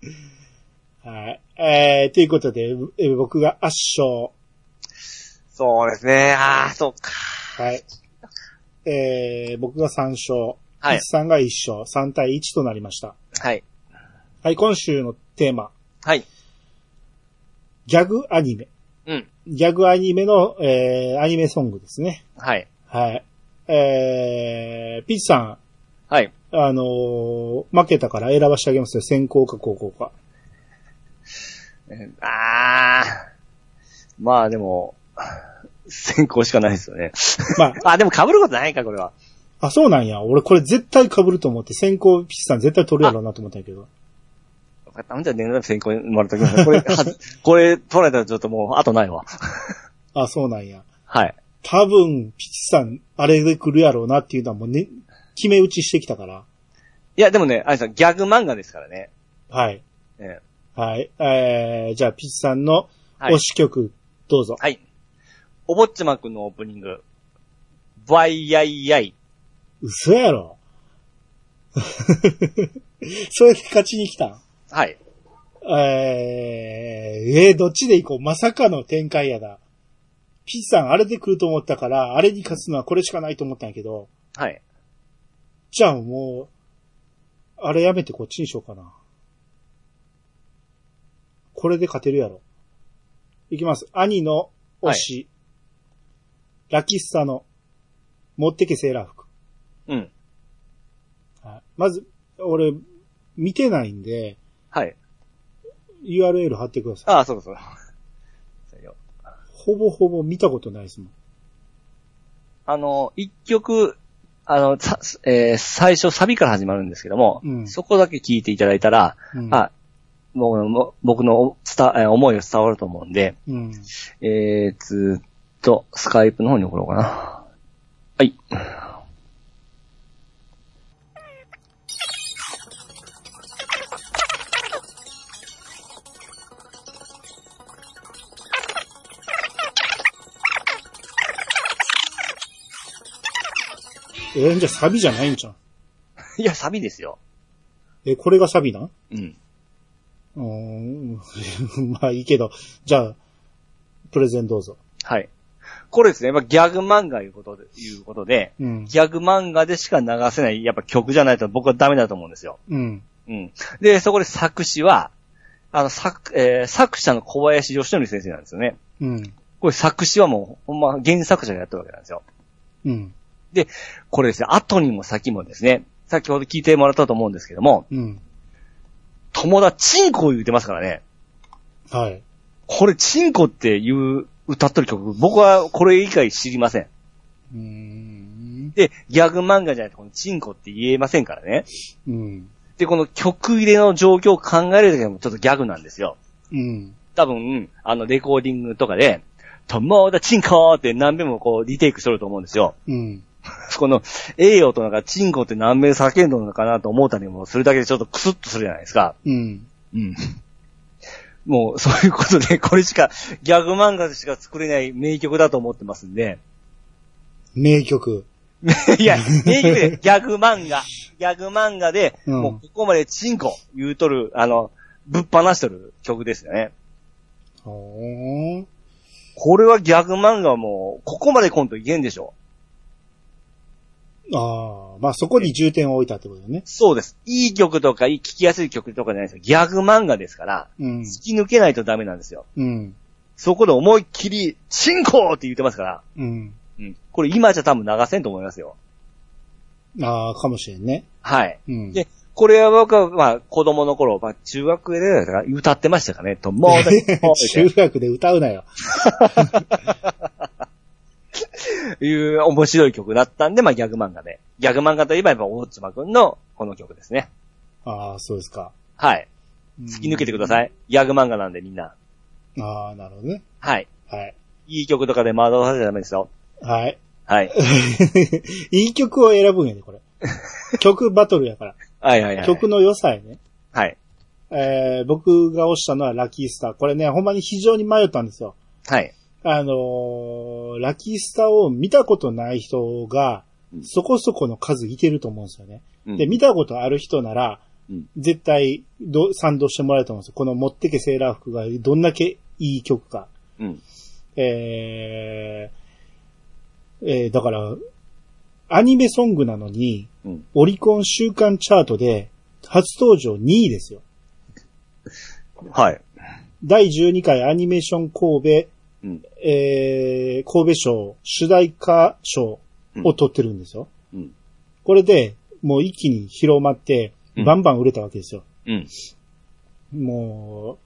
はい。えー、ということで、えー僕が圧勝。そうですね。ああ、そっか。はい。えー、僕が3勝。はい一さんが1勝。3対1となりました。はい。はい、今週のテーマ。はい。ギャグアニメ。うん。ギャグアニメの、えー、アニメソングですね。はい。はい。えー、ピッチさん、はい。あのー負けたから選ばしてあげますよ。先行か後攻か。ああ。まあでも、先行しかないですよね。まあ、あ、でも被ることないか、これは。あ、そうなんや。俺これ絶対被ると思って、先行ピッチさん絶対取るやろうなと思ったんやけど。わかったほんじゃ念のため先行にもらっときます。これ、は これ、取られたらちょっともう、後ないわ。あ、そうなんや。はい。多分、ピッチさん、あれで来るやろうなっていうのはもうね、決め打ちしてきたから。いや、でもね、あれさん、ギャグ漫画ですからね。はい。ええはい。えー、じゃあ、ピッチさんのはい推し曲、どうぞ。はい。おぼっちまくんのオープニング。バイヤイヤイ。嘘やろ。 それで勝ちに来たんはい。えー、えーどっちで行こうまさかの展開やな。ピッチさん、あれで来ると思ったから、あれに勝つのはこれしかないと思ったんやけど、はい。じゃあもう、あれやめてこっちにしようかな。これで勝てるやろ。いきます。兄の推し、ラキッサの、持ってけセーラー服。うん。はいまず、俺、見てないんで、はい。 URL 貼ってください。ああ、そうそう。 そうよほぼほぼ見たことないですもん。あの、一曲、あの、さ、えー最初サビから始まるんですけども、うんそこだけ聞いていただいたら、うんあ、もうも僕の伝え思いが伝わると思うんで、うん。えー、ずーっと、スカイプの方に送ろうかな。はい。えーじゃあサビじゃないんじゃん。いや、サビですよ。え、これがサビなんうん。うーん。 まあいいけど。じゃあ、プレゼンどうぞ。はい。これですね、やっぱギャグ漫画いうことで、いうことで、うん。ギャグ漫画でしか流せない、やっぱ曲じゃないと僕はダメだと思うんですよ。うん。うん。で、そこで作詞は、あの、作、えー作者の小林義則先生なんですよね。うん。これ作詞はもう、ほんま原作者がやってるわけなんですよ。うん。これですね、後にも先もですね、先ほど聞いてもらったと思うんですけども、うん。友達チンコ言うてますからね。はい。これチンコっていう歌っとる曲、僕はこれ以外知りません。うーん。で、ギャグ漫画じゃないとこのチンコって言えませんからね。うん。で、この曲入れの状況を考えるだけでもちょっとギャグなんですよ。うん。多分、あの、レコーディングとかで、友達チンコって何遍もこう、リテイクしとると思うんですよ。うん。この、栄養となんか、チンコって何遍叫んどるのかなと思ったりもするだけでちょっとクスッとするじゃないですか。うん。うん。もう、そういうことで、これしか、ギャグ漫画でしか作れない名曲だと思ってますんで。 名曲。いや、名曲で、ギャグ漫画。ギャグ漫画で、うんもうここまでチンコ言うとる、あの、ぶっ放しとる曲ですよね。ほーこれはギャグ漫画はもう、ここまでコントいけんでしょああ、まあそこに重点を置いたってことだね。そうです。いい曲とか、いい聞きやすい曲とかじゃないですよ。ギャグ漫画ですから、うん。突き抜けないとダメなんですよ。うん。そこで思いっきり、チンコって言ってますから、うん。うん。これ今じゃ多分流せんと思いますよ。ああ、かもしれんね。はい。うん。 でこれは僕は、まあ、子供の頃、まあ、中学ぐらいだから歌ってましたかね、と、もう、中学で歌うなよ。いう面白い曲だったんで、まあ、ギャグ漫画で。ギャグ漫画といえば、やっぱ、大妻くんの、この曲ですね。ああ、そうですか。はい。突突き抜けてください。ギャグ漫画なんで、みんな。い。ああ、なるほどね。はい。はい。いい曲とかで惑わされちゃダメですよ。はい。はい。 いい曲を選ぶんやで、 これ。曲バトルやから。はいはいはい。曲の良さやね。はい。えー、僕が押したのはラッキースター。これね、ほんまに非常に迷ったんですよ。はい。あのー、ラッキースターを見たことない人がう、んそこそこの数いてると思うんですよね。うんで、見たことある人ならうん、絶対ど賛同してもらえると思うんですよ。この持ってけセーラー服がどんだけいい曲か。うん。えー、えーだから、アニメソングなのに、うんオリコン週間チャートで、初登場2位ですよ。はい。第12回アニメーション神うん。戸、えー、神戸賞、主題歌賞を取ってるんですよ。うん。これで、もう一気に広まって、うんバンバン売れたわけですよ。うん。も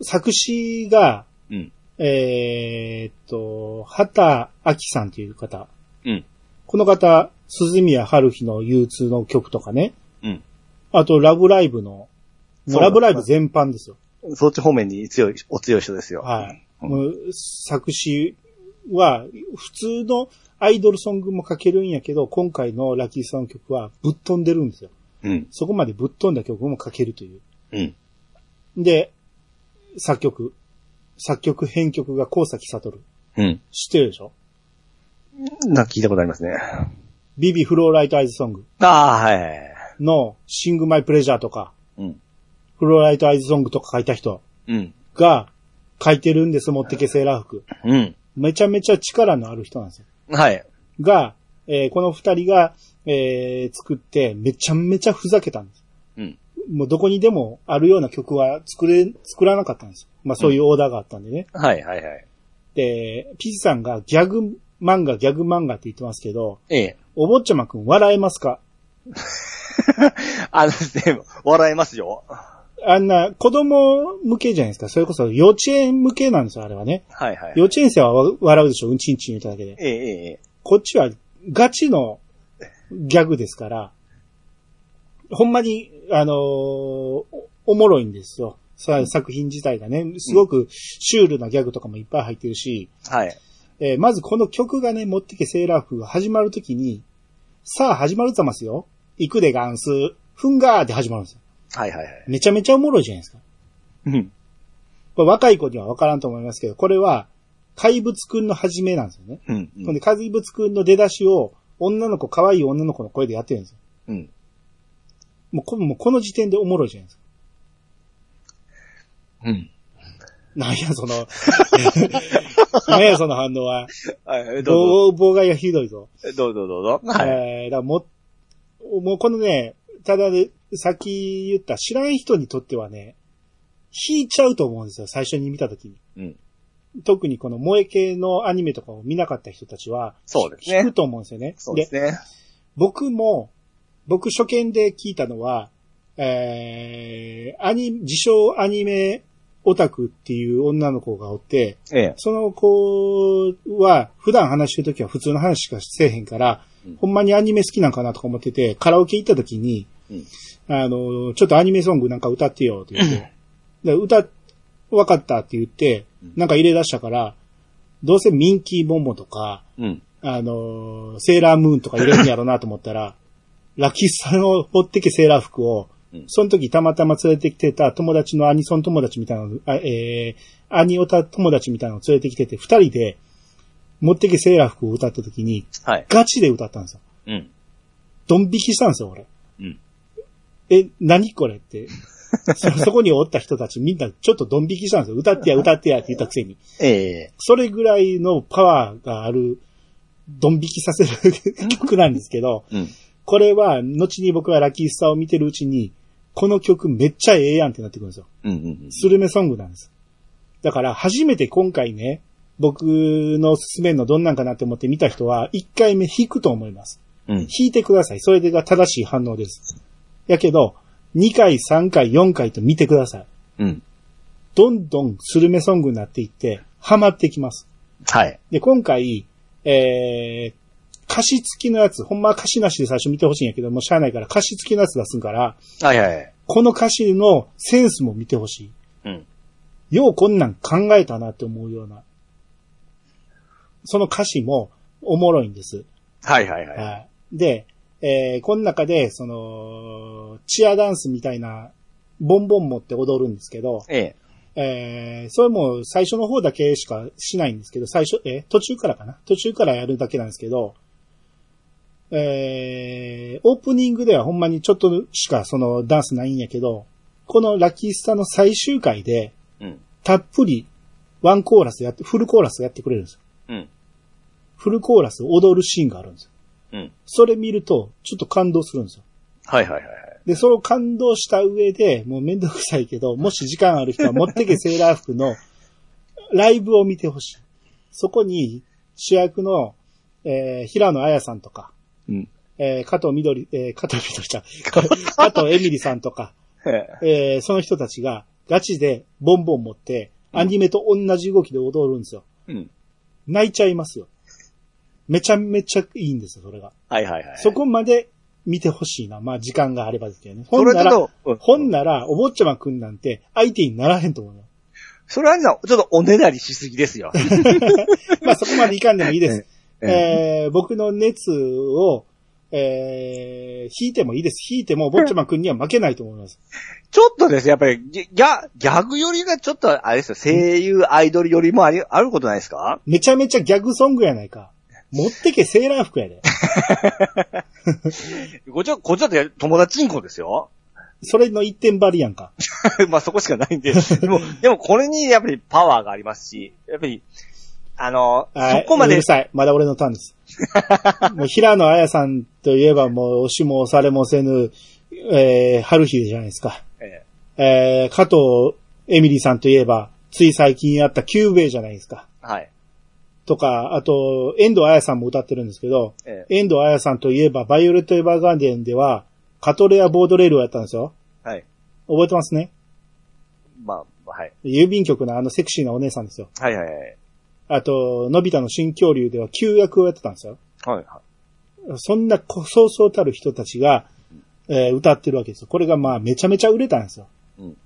う、作詞が、うん。えーっと、畑明さんという方。うん。この方、鈴宮春日の憂鬱の曲とかね。うん。あと、ラブライブの、もそううラブライブ全般ですよ。そっち方面に強い、お強い人ですよ。はい。うんもう作詞は、普通のアイドルソングも書けるんやけど、今回のラッキーさんの曲はぶっ飛んでるんですよ。うん。そこまでぶっ飛んだ曲も書けるという。うん。で、作曲。作曲編曲が高崎悟。うん。知ってるでしょなんか聞いたことありますね。ビビフローライトアイズソングああ、はい。のシングマイプレジャーとか、うん。フローライトアイズソングとか書いた人うん。が書いてるんです、持ってけセーラー服。うん。めちゃめちゃ力のある人なんですよ。はい。が、えーこの二人が、えー作って、めちゃめちゃふざけたんです。うん。もうどこにでもあるような曲は作れ、作らなかったんですよ。まあそういうオーダーがあったんでね。はいはいはい。で、ピチさんがギャグ漫画、ギャグ漫画って言ってますけど、ええ。お坊ちゃまくん笑えますか あのですね、笑えますよ。あんな子供向けじゃないですか。それこそ幼稚園向けなんですよ、あれはね。はいはい。幼稚園生はわ笑うでしょ、うんちんちん言っただけで。ええええええ。こっちはガチのギャグですから、ほんまに、あのーおおもろいんですよ。さ作品自体がね、すごくシュールなギャグとかもいっぱい入ってるし、はい。えーまずこの曲がね、持ってけセーラー風が始まるときに、さあ始まるざますよ。行くでガンス、ふんがーって始まるんですよ。はいはいはい。めちゃめちゃおもろいじゃないですか。うん。これ若い子にはわからんと思いますけど、これは怪物くんの始めなんですよね。うん。うほんんで、怪物くんの出だしを女の子、可愛い女の子の声でやってるんですよ。うん。もうこもうこの時点でおもろいじゃないですか。うん。なんやそ の、なんやその反応は。はい、どうぞ。どう妨害がひどいぞ。どうぞどうぞ。はい。えー、だからもう、もうこのね、ただね、さっき言った知らん人にとってはね、引いちゃうと思うんですよ、最初に見たときに。うん特にこの萌え系のアニメとかを見なかった人たちは、そうです引ね。くと思うんですよね。そうですね。僕も、僕初見で聞いたのは、えー、アニ、自称アニメオタクっていう女の子がおって、ええ。その子は普段話してるときは普通の話しかせえへんから、うんほんまにアニメ好きなんかなとか思ってて、カラオケ行ったときに、うんあの、ちょっとアニメソングなんか歌ってよって言って、で歌、わかったって言ってうん、なんか入れ出したから、どうせミンキーボンボとか、うん。あのーセーラームーンとか入れるんやろうなと思った ら、ラキスさんを持ってけセーラー服をうん、その時たまたま連れてきてた友達のアニソン友達みたいなの、あえー、アニオタ友達みたいなのを連れてきてて、二人で持ってけセーラー服を歌った時に、はい。ガチで歌ったんですよ。うん。ドン引きしたんですよ、俺。うんえ、何これって。そ、そこにおった人たちみんなちょっとドン引きしたんですよ。歌ってや、歌ってやって言ったくせに。ええ。それぐらいのパワーがある、ドン引きさせる曲なんですけど、うん。これは、後に僕はラッキースターを見てるうちに、この曲めっちゃええやんってなってくるんですよ。うんうんうん。スルメソングなんです。だから、初めて今回ね、僕のおすすめのどんなんかなって思って見た人は、1回目弾くと思います。うん。弾いてください。それが正しい反応です。やけど、2回、3回、4回と見てください。うん。どんどんスルメソングになっていって、ハマってきます。はい。で、今回、えー、歌詞付きのやつ、ほんまは歌詞なしで最初見てほしいんやけど、もうしゃあないから歌詞付きのやつ出すんから、はいはい。この歌詞のセンスも見てほしうん。い。ようこんなん考えたなって思うような。その歌詞もおもろいんです。はいはいはい。はい。で、えー、この中で、その、チアダンスみたいな、ボンボン持って踊るんですけど、ええ。えー、それも最初の方だけしかしないんですけど、最初、えー途中からかな途中からやるだけなんですけど、えー、オープニングではほんまにちょっとしかそのダンスないんやけど、このラッキースタの最終回で、うん。たっぷりワンコーラスやって、フルコーラスやってくれるんですよ。うん。フルコーラス踊るシーンがあるんですよ。うん。それ見ると、ちょっと感動するんですよ。はいはいはいはい。で、その感動した上で、もうめんどくさい けど、もし時間ある人は持ってけセーラー服のライブを見てほしい。そこに主役の、えー、平野綾さんとか、うん。えー、加藤みどり、えー、加藤みどりちゃ ん、加藤えみりさんとか、えー、その人たちがガチでボンボン持って、アニメと同じ動きで踊るんですよ。うん。泣いちゃいますよ。めちゃめちゃいいんですよ、それが。はいはいはい。そこまで見てほしいな。まあ、時間があればですけどね。それなだらと、うん本なら、お坊ちゃまくんなんて相手にならへん と思うよ。それはな、ちょっとおねだりしすぎです よ。まあそこまでいかんでもいいです。えええー僕の熱を、えー、引いてもいいです。引いても、お坊ちゃまくんには負けないと思います。ちょっとですね、やっぱりギ、ギャ、ギャグよりがちょっと、あれですよ、声優、アイドルよりもあり、あることないですかめちゃめちゃギャグソングやないか。持ってけセーラー服やで。こっちは、こっちだって友達んこですよ。それの一点張りやんか。 まあそこしかないんで。で も、でもこれにやっぱりパワーがありますし、やっぱり、あの、はそいこまうでる、さい。まだ俺のターン です。もう平野綾さんといえばもう押しも押されもせぬ、えー、春日じゃないですか。ええー、加藤エミリーさんといえば、つい最近あったキューベイじゃないですか。えはい。とか、あと、遠藤彩さんも歌ってるんですけど、え遠藤彩さんといえば、バイオレット・エヴァーガーデンでは、カトレア・ボードレールをやったんですよ。えはい。覚えてますねまあ、はい。郵便局のあのセクシーなお姉さんですよ。はいはいはい。あと、のび太の新恐竜では旧役をやってたんですよ。はいはそんなこそうそうたる人たちが、えー歌ってるわけですよ。これがまあめちゃめちゃ売れたんですよ。うん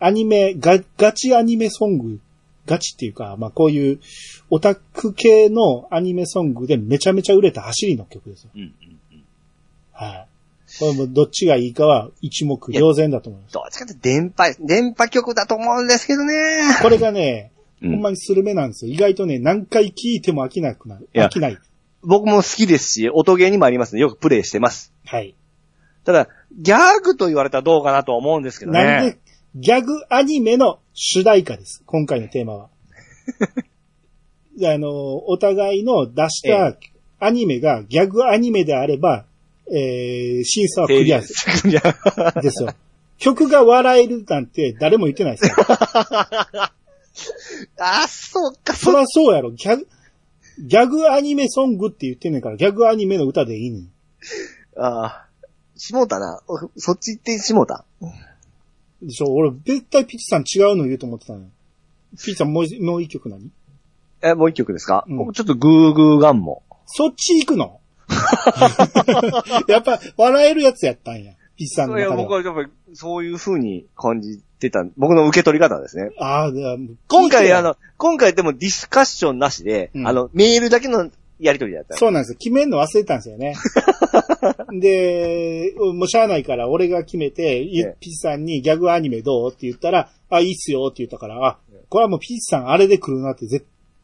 アニメ、ガ、ガチアニメソング、ガチっていうか、まあこういうオタク系のアニメソングでめちゃめちゃ売れた走りの曲ですよ。うんうんうん。はい。これもどっちがいいかは一目瞭然だと思います。どっちかって電波、電波曲だと思うんですけどね。これがね、うんほんまにスルメなんですよ。意外とね、何回聴いても飽きなくなる。いや飽きない。僕も好きですし、音ゲーにもありますので、よくプレイしてます。はい。ただ、ギャグと言われたらどうかなとは思うんですけどね。なんで、ギャグアニメの主題歌です。今回のテ ーマは。あの、お互いの出したアニメがギャグアニメであれば、えー、審査はクリアですす る。ですよ。曲が笑えるなんて誰も言ってない ですよ。あ、そっか、そそっらそうやろ。ギャグ、ギャグアニメソングって言ってんねんから、ギャグアニメの歌でいいねん。あーしもうたな。おそっち行ってしもうた。でしょ俺、絶対ピッチさん違うの言うと思ってたのよ。ピッチさんもう一、もう一曲何え、もう一曲ですか、うん僕ちょっとグーグーガンも。そっち行くのやっぱ、笑えるやつやったんや。ピッチさんのいや、中で僕は。はやっぱりそういう風に感じてた、僕の受け取り方ですね。ああ、ではもう今聞いて回、ないあ、の、今回でもディスカッションなしで、うんあの、メールだけのやりとりだった。そうなんですよ。決めんの忘れたんですよね。で、もうしゃあないから、俺が決めて、いええピッチさんにギャグアニメどうって言ったら、あ、いいっすよって言ったから、あ、これはもうピッチさんあれで来るなって、ぜ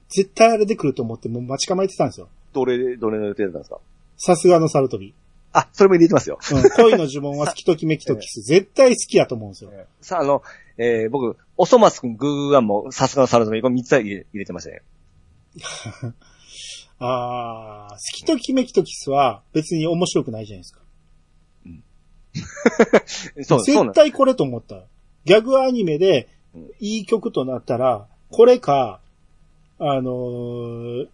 絶対あれで来ると思って、もう待ち構えてたんですよ。どれ、どれの予定だったんですかさすがのサルトビ。あ、それも入れてますよ。うん、恋の呪文は好きときめきと キス。絶対好きやと思うんですよ。さあ、あの、えー、僕、おそ松くん、グーグーガンも、さすがのサルゾミ、これ3つ入れ入れてましたね。あー、好きときめきとキスは別に面白くないじゃないですか。そう、そうなん絶です。対これと思った。ギャグアニメでうんいい曲となったら、これか、あのー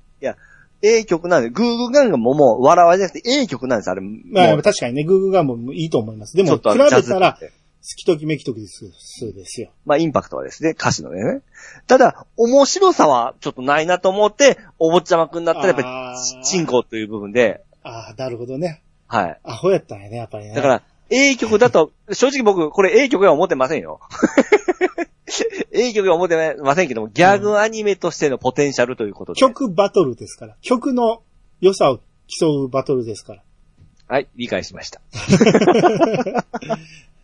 ええ曲なんで、グーグーガンがもうもう、笑わじゃなくて、ええ曲なんです、あれ。まもあう確かにね、グーグーガンもいいと思います。でちょも、っ比とあのべジャズたら、っ好てきときめきとキスですよ。まあ、インパクトはですね、歌詞のね。ただ、面白さはちょっとないなと思って、お坊ちゃまくんだったら、やっぱあーり、チンコという部分で、あー、なるほどね。はい。アホやったんやね、やっぱりね。だから、A 曲だと、正直僕、これ A 曲は思ってませんよ。A 曲は思ってませんけども、ギャグアニメとしてのポテンシャルということで。曲バトルですから。曲の良さを競うバトルですから。はい、理解しました。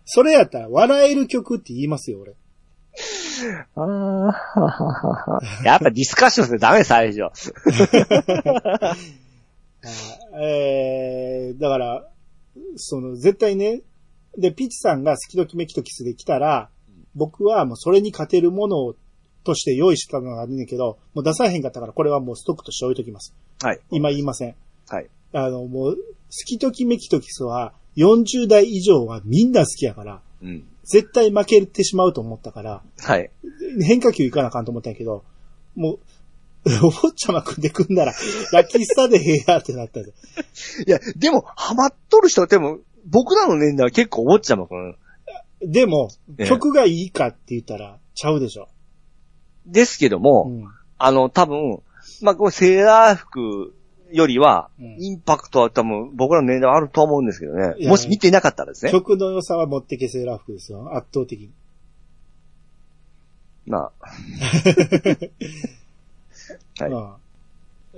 それやったら、笑える曲って言いますよ、俺。ああ、 やっぱディスカッションしてダメ、最初。えー、だから、その、絶対ね、で、ピチさんが好きときめきとキスできたら、僕はもうそれに勝てるものを、として用意してたのがあるんだけど、もう出さへんかったから、これはもうストックとして置いときます。はい。今言いません。はい。あの、もう、好きときめきとキスは、40代以上はみんな好きやから、うん。絶対負けてしまうと思ったから、はい。変化球いかなあかんと思ったんやけど、もう、お 坊ちゃま組んでくんなら、 ラッキースターでへえやってなったんで。いや、でも、ハマっとる人は、でも、僕らの年代は結構おっちゃまくん。でも、ええ曲がいいかって言ったら、ちゃうでしょ。ですけども、うん。あの、多分、まあ、これセーラー服よりは、うんインパクトは多分、僕らの年代はあると思うんですけどいね。やもし見てなかったらですね。曲の良さは持ってけセーラー服ですよ。圧倒的に。まあ、はい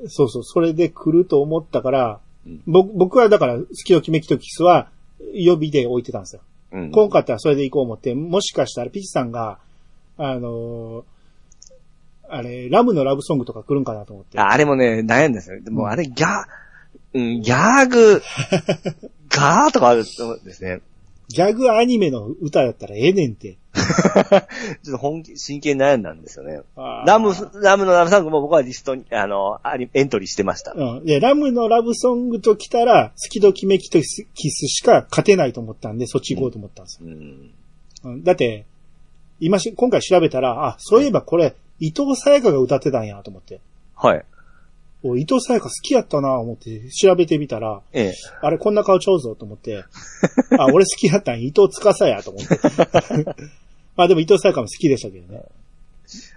うんそうそう、それで来ると思ったから、うんぼ僕はだから、好きときめきとキスは、予備で置いてたんですよ。うん。今回はそれで行こう思って、もしかしたらピチさんが、あのーあれ、ラムのラブソングとか来るんかなと思って。ああれもね、悩んだんですよ。でうも、んあれ、ギャ、うん、ギャ グ、ガーとかあると思うんですね。 ギャグアニメの歌やったらええねんって。ちょっと本気、真剣に悩んだんですよね。ララム、ラムのラムソングも僕はリストに、あの、ありエントリーしてました。うん。で、ラムのラブソングと来たら、好きときめきとキスキスしか勝てないと思ったんで、そっち行こうと思ったんですよ。うん。うんだって、今し、今回調べたら、あ、そういえばこれ、伊藤沙耶香が歌ってたんやと思って。はい。お伊藤沙耶香好きやったなぁ思って調べてみたら、ええ。あれこんな顔ちゃうぞと思って、あ、俺好きやったん伊藤司やと思って。まあでも伊藤沙耶香も好きでしたけどね。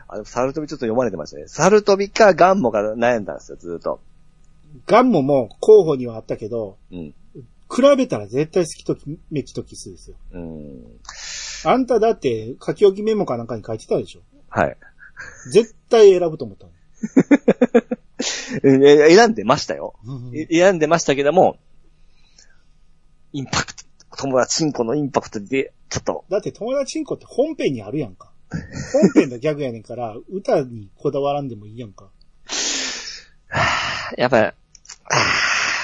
あの、サルトビちょっと読まれてましたね。サルトビかガンモか悩んだんですよ、ずっと。ガンモも候補にはあったけど、うん。比べたら絶対好きときめきとキスですよ。うん。あんただって書き置きメモかなんかに書いてたでしょ。はい。絶対選ぶと思ったの。え選んでましたよ。うんえ選んでましたけども、インパクト、友達んこのインパクトで、ちょっと、だって友達んこって本編にあるやんか。本編のギャグやねんから、歌にこだわらんでもいいやんか。やっぱり、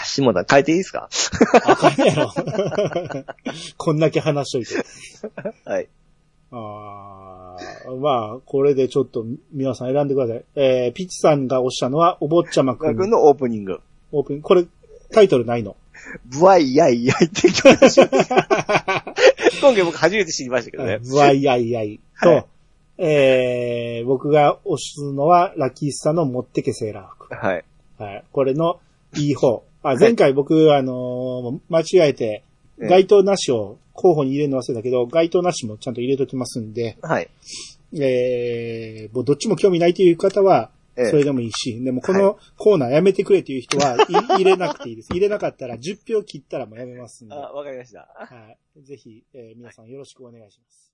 下田変えていいですかあかんやろ。こんだけ話しといて。はい。あーまあ、これでちょっと皆さん選んでください。えー、ピッチさんがおっしゃるのは、お坊ちゃまく僕ん。のオープニング。オープン、これ、タイトルないの。ブワイヤイヤイって言ってま した今回僕初めて知りましたけどね。わいあいあい。と、はいえー、僕が推すのは、ラッキースタの持ってけセーラー服。はい。はい。これのいい方。あ、前回僕、あのー間違えて、ええ該当なしを候補に入れるの忘れたけど、該当なしもちゃんと入れときますんで、はい。えー、もうどっちも興味ないという方は、ええそれでもいいし、でもこのコーナーやめてくれという人は、い 入れなくていいです。入れなかったら10票切ったらもうやめますんで、はあ、わかりました。い、ぜひ、えー皆さんよろしくお願いします。